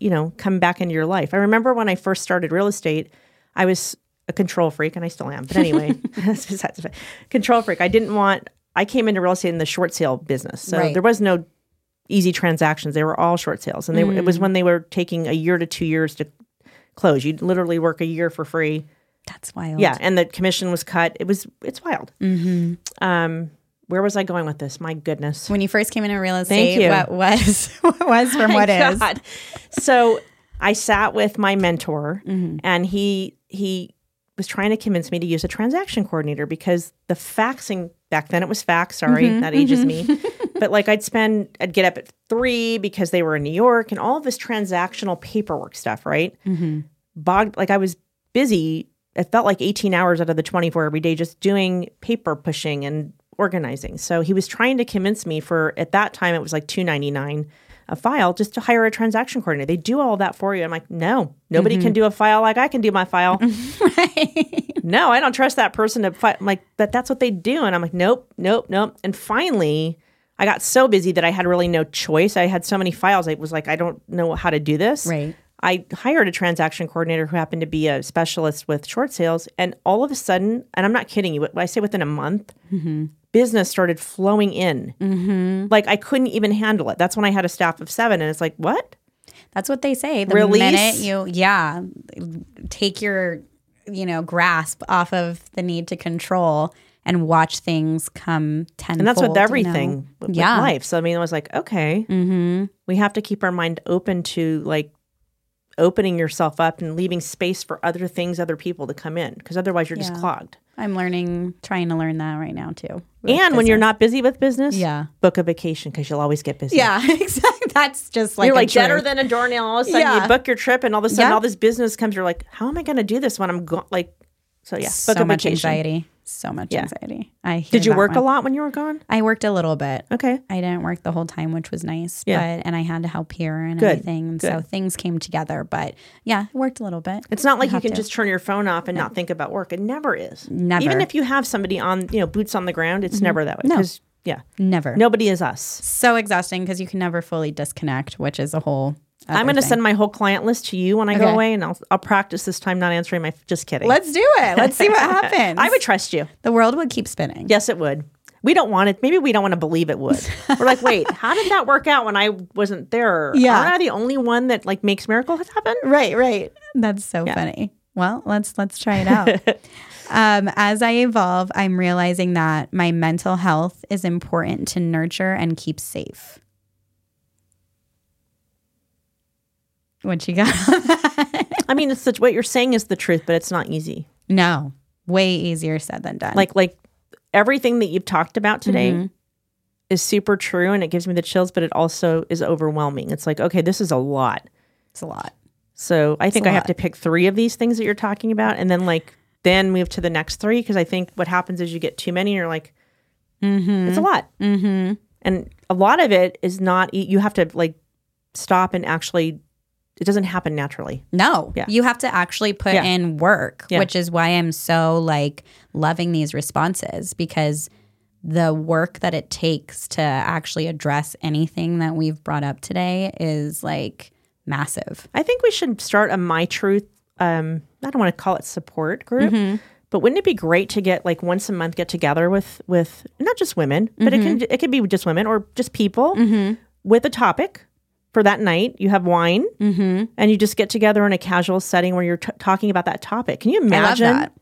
[SPEAKER 3] you know come back into your life i remember when i first started real estate i was a control freak and i still am but anyway that's besides the fact. control freak i didn't want i came into real estate in the short sale business so
[SPEAKER 2] Right.
[SPEAKER 3] there was no easy transactions they were all short sales and they were, it was when they were taking a year to two years to close you'd literally work a year for free
[SPEAKER 2] That's wild.
[SPEAKER 3] yeah and the commission was cut it was it's wild um where was i going with this my goodness
[SPEAKER 2] when you first came into real estate,
[SPEAKER 3] you.
[SPEAKER 2] what was what was from what
[SPEAKER 3] My
[SPEAKER 2] is?
[SPEAKER 3] God. So I sat with my mentor,
[SPEAKER 2] Mm-hmm.
[SPEAKER 3] and he he was trying to convince me to use a transaction coordinator because the faxing back then it was fax. Sorry,
[SPEAKER 2] Mm-hmm,
[SPEAKER 3] that ages me. but like I'd spend, I'd get up at three because they were in New York, and all of this transactional paperwork stuff, right? Bogged like I was busy. It felt like 18 hours out of the 24 every day just doing paper pushing and organizing. So he was trying to convince me for at that time it was like 2.99 a file just to hire a transaction coordinator. They do all that for you. I'm like, "No. Nobody can do a file like I can do my file." no, I don't trust that person to fight. I'm like, but that's what they do. And I'm like, nope, nope, nope. And finally, I got so busy that I had really no choice. I had so many files. I was like, I don't know how to do this.
[SPEAKER 2] Right.
[SPEAKER 3] I hired a transaction coordinator who happened to be a specialist with short sales. And all of a sudden, and I'm not kidding you, I say within a month, business started flowing in. Like I couldn't even handle it. That's when I had a staff of seven. And it's like, what?
[SPEAKER 2] That's what they say. The
[SPEAKER 3] Release.
[SPEAKER 2] minute you yeah, take your you know grasp off of the need to control and watch things come tenfold.
[SPEAKER 3] And that's with
[SPEAKER 2] you know?
[SPEAKER 3] everything with, with
[SPEAKER 2] Yeah.
[SPEAKER 3] life. So I mean, I was like, okay,
[SPEAKER 2] Mm-hmm.
[SPEAKER 3] we have to keep our mind open to like opening yourself up and leaving space for other things, other people to come in, because otherwise you're
[SPEAKER 2] Yeah.
[SPEAKER 3] just clogged.
[SPEAKER 2] I'm learning, trying to learn that right now too.
[SPEAKER 3] and when you're not busy with business,
[SPEAKER 2] yeah,
[SPEAKER 3] book a vacation because you'll always get busy.
[SPEAKER 2] yeah, exactly. That's just like
[SPEAKER 3] you're
[SPEAKER 2] a
[SPEAKER 3] like deader
[SPEAKER 2] truth.
[SPEAKER 3] than a doornail. All of a sudden,
[SPEAKER 2] Yeah.
[SPEAKER 3] you book your trip, and all of a sudden,
[SPEAKER 2] Yeah.
[SPEAKER 3] all this business comes. You're like, how am I going to do this when I'm gone? Like, so yeah,
[SPEAKER 2] so
[SPEAKER 3] book a
[SPEAKER 2] much
[SPEAKER 3] vacation.
[SPEAKER 2] anxiety, so much
[SPEAKER 3] Yeah.
[SPEAKER 2] anxiety. I hear
[SPEAKER 3] Did you
[SPEAKER 2] that
[SPEAKER 3] work
[SPEAKER 2] one.
[SPEAKER 3] a lot when you were gone?
[SPEAKER 2] I worked a little bit.
[SPEAKER 3] Okay,
[SPEAKER 2] I didn't work the whole time, which was nice.
[SPEAKER 3] Yeah.
[SPEAKER 2] But and I had to help here and
[SPEAKER 3] Good.
[SPEAKER 2] everything. And So
[SPEAKER 3] Good.
[SPEAKER 2] things came together. But yeah, it worked a little bit.
[SPEAKER 3] it's not like you
[SPEAKER 2] have
[SPEAKER 3] can
[SPEAKER 2] to.
[SPEAKER 3] just turn your phone off and not think about work. It never is.
[SPEAKER 2] Never. Mm-hmm.
[SPEAKER 3] Even if you have somebody on, you know, boots on the ground, it's never that way.
[SPEAKER 2] No.
[SPEAKER 3] 'Cause, yeah,
[SPEAKER 2] Never.
[SPEAKER 3] nobody is us.
[SPEAKER 2] So exhausting because you can never fully disconnect, which is a whole. uh,
[SPEAKER 3] I'm
[SPEAKER 2] other
[SPEAKER 3] going to
[SPEAKER 2] thing.
[SPEAKER 3] send my whole client list to you when I go
[SPEAKER 2] Okay.
[SPEAKER 3] away, and I'll I'll practice this time not answering my. Just kidding.
[SPEAKER 2] Let's do it. Let's see what happens.
[SPEAKER 3] I would trust you.
[SPEAKER 2] The world would keep spinning.
[SPEAKER 3] Yes, it would. We don't want it. Maybe we don't want to believe it would. We're like, wait, how did that work out when I wasn't there?
[SPEAKER 2] Yeah.
[SPEAKER 3] aren't I the only one that like makes miracles happen?
[SPEAKER 2] Right, right. That's so funny. Well, let's let's try it out. um, as I evolve, I'm realizing that my mental health is important to nurture and keep safe. What you got? on that?
[SPEAKER 3] I mean, it's such, what you're saying is the truth, but it's not easy.
[SPEAKER 2] no, way easier said than done.
[SPEAKER 3] Like, like everything that you've talked about today
[SPEAKER 2] Mm-hmm.
[SPEAKER 3] is super true, and it gives me the chills, but it also is overwhelming. It's like, okay, this is a lot.
[SPEAKER 2] it's a lot.
[SPEAKER 3] So I think
[SPEAKER 2] a
[SPEAKER 3] I have
[SPEAKER 2] lot.
[SPEAKER 3] to pick three of these things that you're talking about, and then like then move to the next three because I think what happens is you get too many, and you're like, it's a lot.
[SPEAKER 2] Mm-hmm.
[SPEAKER 3] and a lot of it is not e- you have to like stop and actually it doesn't happen naturally
[SPEAKER 2] No,
[SPEAKER 3] Yeah.
[SPEAKER 2] you have to actually put
[SPEAKER 3] Yeah.
[SPEAKER 2] in work,
[SPEAKER 3] Yeah.
[SPEAKER 2] which is why I'm so like loving these responses because the work that it takes to actually address anything that we've brought up today is like massive.
[SPEAKER 3] i think we should start a my truth um i don't want to call it support group
[SPEAKER 2] Mm-hmm.
[SPEAKER 3] but wouldn't it be great to get like once a month get together with with not just women but it
[SPEAKER 2] Mm-hmm.
[SPEAKER 3] can it could be just women or just people with a topic for that night you have wine
[SPEAKER 2] Mm-hmm.
[SPEAKER 3] and you just get together in a casual setting where you're t- talking about that topic can you
[SPEAKER 2] love
[SPEAKER 3] imagine
[SPEAKER 2] that.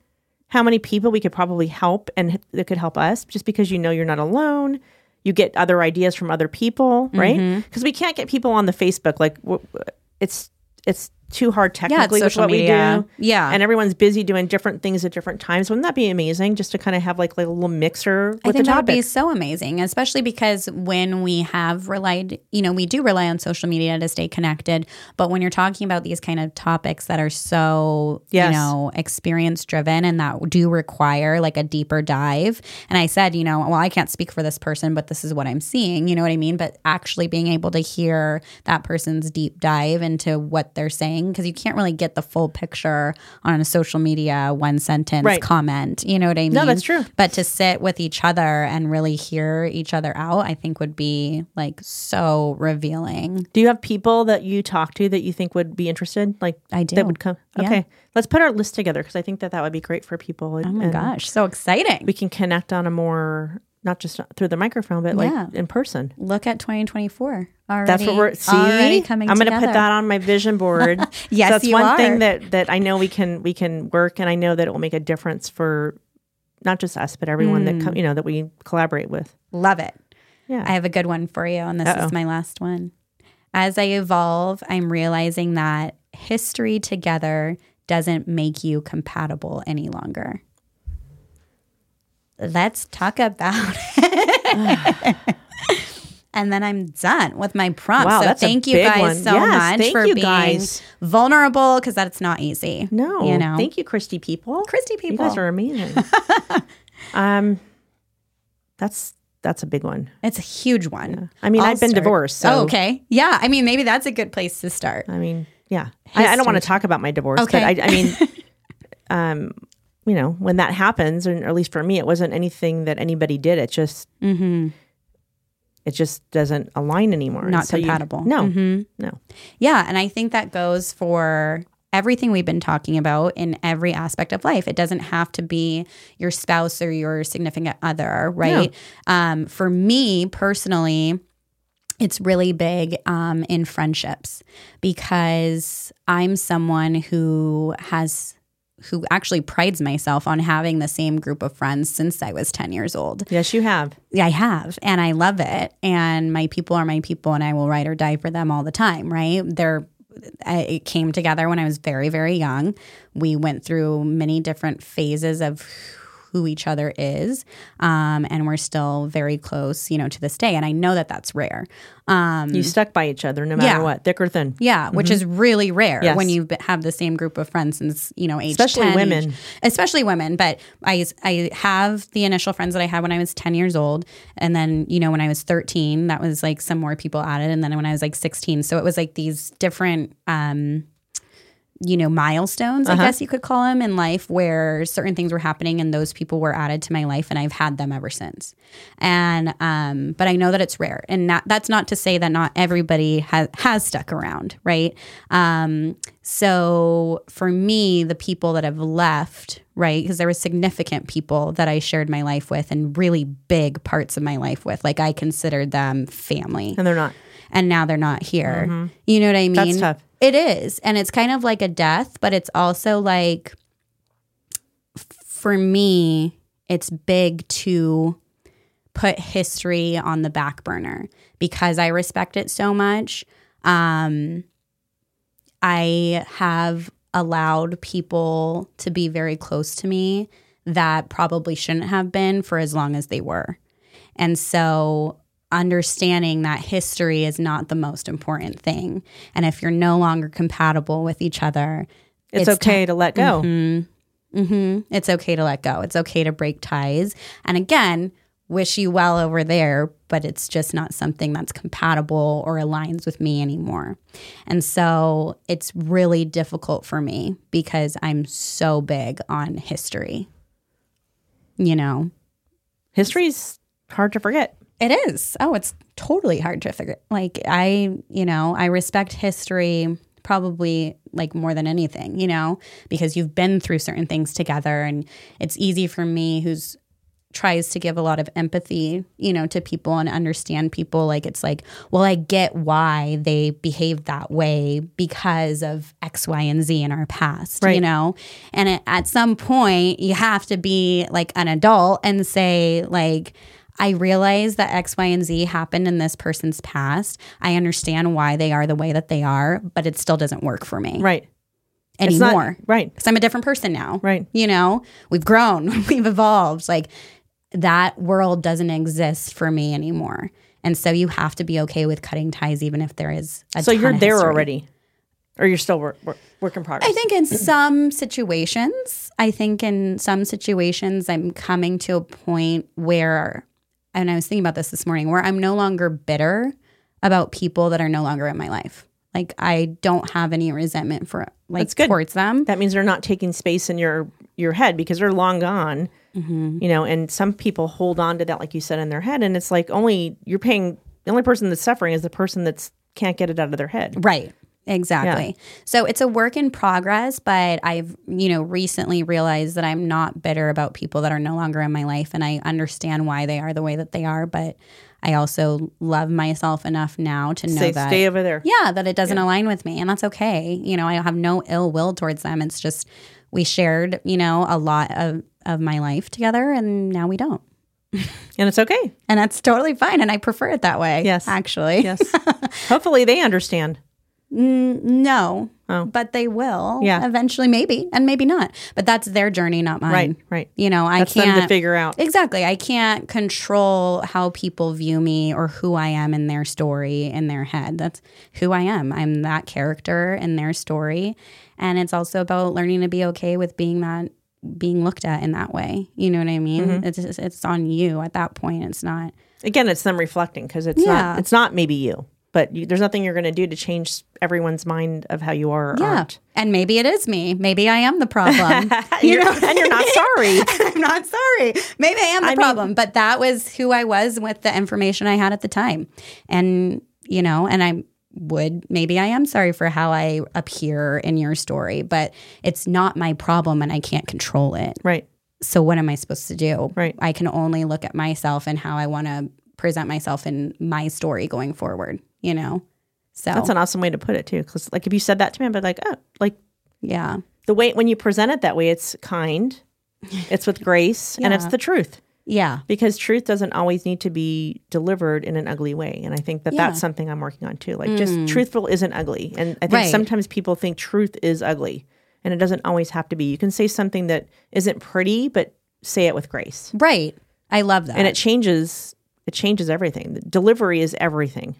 [SPEAKER 3] how many people we could probably help and h- that could help us just because you know you're not alone you get other ideas from other people right
[SPEAKER 2] Mm-hmm.
[SPEAKER 3] because we can't get people on the facebook like w- w- it's it's too hard
[SPEAKER 2] Yeah, it's
[SPEAKER 3] technically with
[SPEAKER 2] social
[SPEAKER 3] what
[SPEAKER 2] media.
[SPEAKER 3] we do
[SPEAKER 2] Yeah.
[SPEAKER 3] and everyone's busy doing different things at different times wouldn't that be amazing just to kind of have like, like a little mixer with
[SPEAKER 2] I think
[SPEAKER 3] the
[SPEAKER 2] that would be
[SPEAKER 3] topic
[SPEAKER 2] so amazing, especially because when we have relied, you know, we do rely on social media to stay connected. But when you're talking about these kind of topics that are so,
[SPEAKER 3] Yes.
[SPEAKER 2] you know, experience driven and that do require like a deeper dive. And I said, you know, well, I can't speak for this person, but this is what I'm seeing. You know what I mean? But actually being able to hear that person's deep dive into what they're saying, because you can't really get the full picture on a social media one sentence
[SPEAKER 3] Right.
[SPEAKER 2] comment. You know what I mean?
[SPEAKER 3] No, that's true.
[SPEAKER 2] But to sit with each other and really hear each other out, I think would be like so revealing.
[SPEAKER 3] do you have people that you talk to that you think would be interested like
[SPEAKER 2] I do.
[SPEAKER 3] that would come
[SPEAKER 2] Yeah.
[SPEAKER 3] okay let's put our list together because i think that that would be great for people and,
[SPEAKER 2] Oh my
[SPEAKER 3] and
[SPEAKER 2] gosh, so exciting.
[SPEAKER 3] we can connect on a more not just through the microphone but like
[SPEAKER 2] Yeah.
[SPEAKER 3] in person
[SPEAKER 2] Look at 2024 already.
[SPEAKER 3] That's what we're see.
[SPEAKER 2] already coming
[SPEAKER 3] I'm going to put
[SPEAKER 2] together.
[SPEAKER 3] that on my vision board.
[SPEAKER 2] Yes,
[SPEAKER 3] that's
[SPEAKER 2] you
[SPEAKER 3] one
[SPEAKER 2] are.
[SPEAKER 3] thing that that I know we can we can work, and I know that it will make a difference for not just us, but everyone that
[SPEAKER 2] Mm.
[SPEAKER 3] come you know that we collaborate with.
[SPEAKER 2] Love it.
[SPEAKER 3] Yeah.
[SPEAKER 2] I have a good one for you, and this
[SPEAKER 3] Uh-oh.
[SPEAKER 2] is my last one. As I evolve, I'm realizing that history together doesn't make you compatible any longer. Let's talk about it. and then I'm done with my prompt.
[SPEAKER 3] Wow,
[SPEAKER 2] so
[SPEAKER 3] that's a
[SPEAKER 2] thank you
[SPEAKER 3] big
[SPEAKER 2] guys
[SPEAKER 3] one.
[SPEAKER 2] so
[SPEAKER 3] Yes,
[SPEAKER 2] much
[SPEAKER 3] thank
[SPEAKER 2] for
[SPEAKER 3] you
[SPEAKER 2] being
[SPEAKER 3] guys.
[SPEAKER 2] vulnerable because that's not easy.
[SPEAKER 3] No,
[SPEAKER 2] You know.
[SPEAKER 3] thank you, Christy people.
[SPEAKER 2] Christy
[SPEAKER 3] you
[SPEAKER 2] people.
[SPEAKER 3] guys are amazing. um, that's that's a big one.
[SPEAKER 2] it's a huge one.
[SPEAKER 3] I mean,
[SPEAKER 2] I'll
[SPEAKER 3] I've been
[SPEAKER 2] start.
[SPEAKER 3] divorced, so
[SPEAKER 2] Oh, okay. Yeah. I mean, maybe that's a good place to start.
[SPEAKER 3] I mean, yeah, I, I don't want to
[SPEAKER 2] History.
[SPEAKER 3] talk about my divorce,
[SPEAKER 2] Okay.
[SPEAKER 3] but I, I mean, um, you know, when that happens, and or at least for me, it wasn't anything that anybody did. It just
[SPEAKER 2] Mm-hmm.
[SPEAKER 3] it just doesn't align anymore.
[SPEAKER 2] Not
[SPEAKER 3] And so you-
[SPEAKER 2] compatible.
[SPEAKER 3] no,
[SPEAKER 2] Mhm.
[SPEAKER 3] no.
[SPEAKER 2] Yeah. And I think that goes for everything we've been talking about in every aspect of life. It doesn't have to be your spouse or your significant other, right? Um, for me personally, it's really big um, in friendships because I'm someone who has who actually prides myself on having the same group of friends since I was 10 years old.
[SPEAKER 3] Yes, you have.
[SPEAKER 2] I have, and I love it. And my people are my people, and I will ride or die for them all the time, right? They're I, it came together when I was very, very young. We went through many different phases of who each other is, um, and we're still very close, you know, to this day. And I know that that's rare. Um,
[SPEAKER 3] You stuck by each other no matter
[SPEAKER 2] Yeah.
[SPEAKER 3] what, thick or thin.
[SPEAKER 2] yeah, which is really rare
[SPEAKER 3] Mm-hmm. Yes.
[SPEAKER 2] when you b- have the same group of friends since you know age
[SPEAKER 3] Especially
[SPEAKER 2] 10,
[SPEAKER 3] women.
[SPEAKER 2] age- especially women. But I I have the initial friends that I had when I was ten years old, and then you know when I was thirteen, that was like some more people added, and then when I was like sixteen, so it was like these different. Um, you know, milestones, I guess you could call them in life where certain things were happening and those people were added to my life and I've had them ever since. And, um, but I know that it's rare and not, that's not to say that not everybody has, has stuck around. Right. Um, so for me, the people that have left, right. Cause there were significant people that I shared my life with and really big parts of my life with, like I considered them family
[SPEAKER 3] And they're not.
[SPEAKER 2] and now they're not here. You know what I mean?
[SPEAKER 3] Mm-hmm. That's tough.
[SPEAKER 2] It is. And it's kind of like a death, but it's also like for me, it's big to put history on the back burner because I respect it so much. Um, I have allowed people to be very close to me that probably shouldn't have been for as long as they were. And so understanding that history is not the most important thing. And if you're no longer compatible with each other,
[SPEAKER 3] It's,
[SPEAKER 2] It's Mm-hmm.
[SPEAKER 3] okay to let go.
[SPEAKER 2] hmm It's okay to let go. It's okay to break ties. And again, wish you well over there, but it's just not something that's compatible or aligns with me anymore. And so it's really difficult for me because I'm so big on history. You know,
[SPEAKER 3] History's hard to forget.
[SPEAKER 2] it is. Oh, it's totally hard to figure. Like I, you know, I respect history probably like more than anything, you know, because you've been through certain things together and it's easy for me who's tries to give a lot of empathy, you know, to people and understand people like it's like, well, I get why they behaved that way because of X, Y, and Z in our past, you
[SPEAKER 3] Right.
[SPEAKER 2] know. And it, at some point, you have to be like an adult and say like I realize that X, Y, and Z happened in this person's past. I understand why they are the way that they are, but it still doesn't work for me
[SPEAKER 3] Right. It's not-
[SPEAKER 2] anymore
[SPEAKER 3] right.
[SPEAKER 2] because I'm a different person now.
[SPEAKER 3] Right.
[SPEAKER 2] You know, we've grown, we've evolved. Like that world doesn't exist for me anymore. And so you have to be okay with cutting ties, even if there is a
[SPEAKER 3] So
[SPEAKER 2] ton
[SPEAKER 3] you're
[SPEAKER 2] of
[SPEAKER 3] there
[SPEAKER 2] history.
[SPEAKER 3] already. Or you're still work, work, work in progress.
[SPEAKER 2] I think in some situations, I think in some situations, I'm coming to a point where, and I was thinking about this this morning, where I'm no longer bitter about people that are no longer in my life. Like I don't have any resentment for like
[SPEAKER 3] That's good.
[SPEAKER 2] towards them.
[SPEAKER 3] that means they're not taking space in your your head because they're long gone
[SPEAKER 2] Mm-hmm.
[SPEAKER 3] you know and some people hold on to that like you said in their head and it's like only you're paying the only person that's suffering is the person that's can't get it out of their head
[SPEAKER 2] Right. Exactly. So it's a work in progress, but I've, you know, recently realized that I'm not bitter about people that are no longer in my life and I understand why they are the way that they are, but I also love myself enough now to know
[SPEAKER 3] Say,
[SPEAKER 2] that
[SPEAKER 3] stay over there
[SPEAKER 2] yeah, that it doesn't align with me and that's okay. You know, I have no ill will towards them. It's just we shared, you know, a lot of of my life together and now we don't.
[SPEAKER 3] and it's okay
[SPEAKER 2] And that's totally fine and I prefer it that way.
[SPEAKER 3] Yes.
[SPEAKER 2] Actually.
[SPEAKER 3] yes hopefully they understand
[SPEAKER 2] Mm, no.
[SPEAKER 3] Oh.
[SPEAKER 2] But they will.
[SPEAKER 3] Yeah.
[SPEAKER 2] Eventually, maybe, and maybe not. But that's their journey, not mine.
[SPEAKER 3] right right
[SPEAKER 2] You know, I
[SPEAKER 3] that's
[SPEAKER 2] can't
[SPEAKER 3] them to figure out
[SPEAKER 2] Exactly. I can't control how people view me or who I am in their story in their head. That's who I am. I'm that character in their story. And it's also about learning to be okay with being that being looked at in that way. You know what I mean?
[SPEAKER 3] Mm-hmm.
[SPEAKER 2] It's just- it's on you at that point. It's not
[SPEAKER 3] again it's them reflecting because it's
[SPEAKER 2] Yeah.
[SPEAKER 3] not it's not maybe you but you, there's nothing you're going to do to change everyone's mind of how you are or
[SPEAKER 2] yeah.
[SPEAKER 3] aren't.
[SPEAKER 2] And maybe it is me. Maybe I am the problem. you
[SPEAKER 3] You're-
[SPEAKER 2] know?
[SPEAKER 3] and you're not sorry
[SPEAKER 2] I'm not sorry. Maybe I am the problem, but that was who I was with the information I had at the time. And, you know, and I would, maybe I am sorry for how I appear in your story, but it's not my problem and I can't control it.
[SPEAKER 3] right
[SPEAKER 2] So what am I supposed to do?
[SPEAKER 3] Right.
[SPEAKER 2] I can only look at myself and how I want to present myself in my story going forward, you know? So,
[SPEAKER 3] That's an awesome way to put it too, because like if you said that to me, I'd be like, oh, like
[SPEAKER 2] yeah.
[SPEAKER 3] the way when you present it that way, it's kind, it's with grace, and it's
[SPEAKER 2] Yeah.
[SPEAKER 3] the truth.
[SPEAKER 2] Yeah.
[SPEAKER 3] Because truth doesn't always need to be delivered in an ugly way, and I think that that's something I'm working on too. Like, just truthful isn't ugly, and I think
[SPEAKER 2] Mm. Right.
[SPEAKER 3] sometimes people think truth is ugly, and it doesn't always have to be. You can say something that isn't pretty, but say it with grace.
[SPEAKER 2] Right. I love that.
[SPEAKER 3] and it changes it changes everything the delivery is everything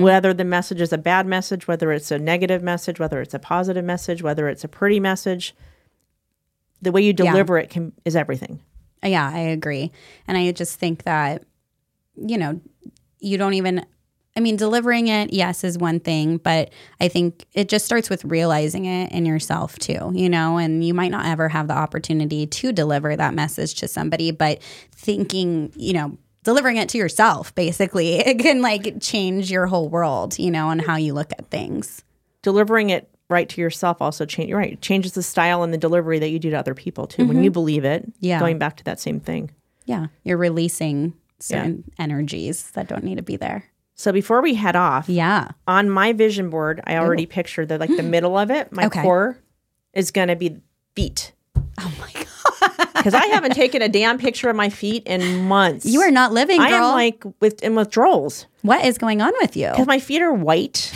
[SPEAKER 3] whether the message is a bad message whether it's a negative message whether it's a positive message whether it's a pretty message the way you deliver it can is everything
[SPEAKER 2] Yeah, I agree. And I just think that, you know, you don't even, I mean, delivering it, yes, is one thing, but I think it just starts with realizing it in yourself too, you know, and you might not ever have the opportunity to deliver that message to somebody, but thinking, you know, delivering it to yourself basically, it can like change your whole world, you know, and how you look at things.
[SPEAKER 3] delivering it right to yourself also change you're right it changes the style and the delivery that you do to other people too when you believe it
[SPEAKER 2] Yeah.
[SPEAKER 3] going back to that same thing
[SPEAKER 2] Yeah. You're releasing certain energies that don't need to be there.
[SPEAKER 3] so before we head off
[SPEAKER 2] Yeah.
[SPEAKER 3] on my vision board i already pictured that like the middle of it my
[SPEAKER 2] Okay.
[SPEAKER 3] core is going to be feet
[SPEAKER 2] Oh my God.
[SPEAKER 3] because I haven't taken a damn picture of my feet in months.
[SPEAKER 2] You are not living, girl.
[SPEAKER 3] I am like with in withdrawals
[SPEAKER 2] What is going on with you?
[SPEAKER 3] because my feet are white.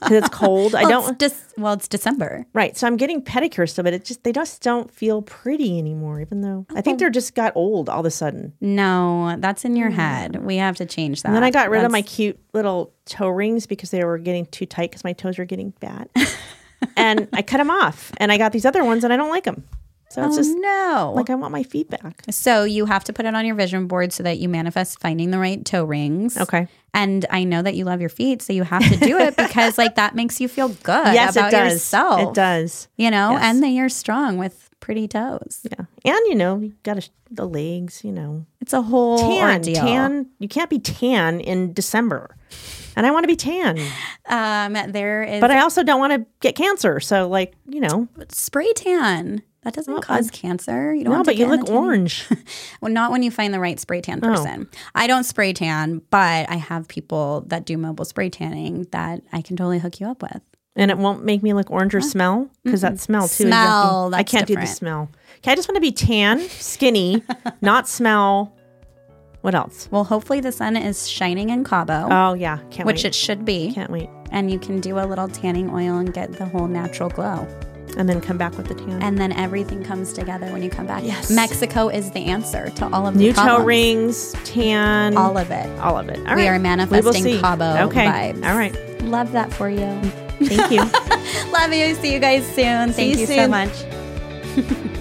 [SPEAKER 3] Because it's cold. I
[SPEAKER 2] Well,
[SPEAKER 3] don't.
[SPEAKER 2] It's dis- well, it's December.
[SPEAKER 3] Right, so I'm getting pedicures still, but it just they just don't feel pretty anymore. Even
[SPEAKER 2] Oh,
[SPEAKER 3] though I think they're just got old all of a sudden.
[SPEAKER 2] No, that's in your head. We have to change that.
[SPEAKER 3] And then I got rid of my cute little toe rings because they were getting too tight because my toes were getting fat. and I cut them off, and I got these other ones, and I don't like them. So it's
[SPEAKER 2] Oh,
[SPEAKER 3] just
[SPEAKER 2] no.
[SPEAKER 3] like I want my feet back.
[SPEAKER 2] so you have to put it on your vision board so that you manifest finding the right toe rings.
[SPEAKER 3] Okay.
[SPEAKER 2] And I know that you love your feet, so you have to do it because like that makes you feel good
[SPEAKER 3] Yes,
[SPEAKER 2] about
[SPEAKER 3] it does.
[SPEAKER 2] yourself.
[SPEAKER 3] It does.
[SPEAKER 2] You know,
[SPEAKER 3] Yes.
[SPEAKER 2] and then you're strong with pretty toes.
[SPEAKER 3] Yeah, and you know, you got to the legs. You know,
[SPEAKER 2] It's a whole
[SPEAKER 3] tan,
[SPEAKER 2] ordeal.
[SPEAKER 3] tan. You can't be tan in December, and I want to be tan,
[SPEAKER 2] Um, there is
[SPEAKER 3] but I also don't want to get cancer. So, like, you know,
[SPEAKER 2] spray tan. That doesn't cause cancer. You don't
[SPEAKER 3] no,
[SPEAKER 2] have to
[SPEAKER 3] but you
[SPEAKER 2] get in
[SPEAKER 3] look
[SPEAKER 2] the tanning
[SPEAKER 3] orange.
[SPEAKER 2] Well, not when you find the right spray
[SPEAKER 3] Oh.
[SPEAKER 2] tan person. I don't spray tan, but I have people that do mobile spray tanning that I can totally hook you up with.
[SPEAKER 3] And it won't make me look orange or smell because that smell too. is yucky.
[SPEAKER 2] Smell,
[SPEAKER 3] I
[SPEAKER 2] that's
[SPEAKER 3] can't do the
[SPEAKER 2] different.
[SPEAKER 3] smell. Okay, I just want to be tan, skinny, not smell. What else?
[SPEAKER 2] Well, hopefully the sun is shining in Cabo,
[SPEAKER 3] Oh yeah, can't
[SPEAKER 2] which
[SPEAKER 3] wait.
[SPEAKER 2] it should be,
[SPEAKER 3] can't wait.
[SPEAKER 2] and you can do a little tanning oil and get the whole natural glow.
[SPEAKER 3] And then come back with the tan.
[SPEAKER 2] And then everything comes together when you come back.
[SPEAKER 3] Yes.
[SPEAKER 2] Mexico is the answer to all of the
[SPEAKER 3] New toe
[SPEAKER 2] problems.
[SPEAKER 3] rings, tan,
[SPEAKER 2] All of it.
[SPEAKER 3] all of it. All right,
[SPEAKER 2] We are
[SPEAKER 3] will
[SPEAKER 2] manifesting
[SPEAKER 3] see.
[SPEAKER 2] Cabo
[SPEAKER 3] Okay,
[SPEAKER 2] vibes.
[SPEAKER 3] all right.
[SPEAKER 2] Love that for you.
[SPEAKER 3] Thank you.
[SPEAKER 2] Love you. See you guys soon. Thank
[SPEAKER 3] you
[SPEAKER 2] you so
[SPEAKER 3] soon.
[SPEAKER 2] much.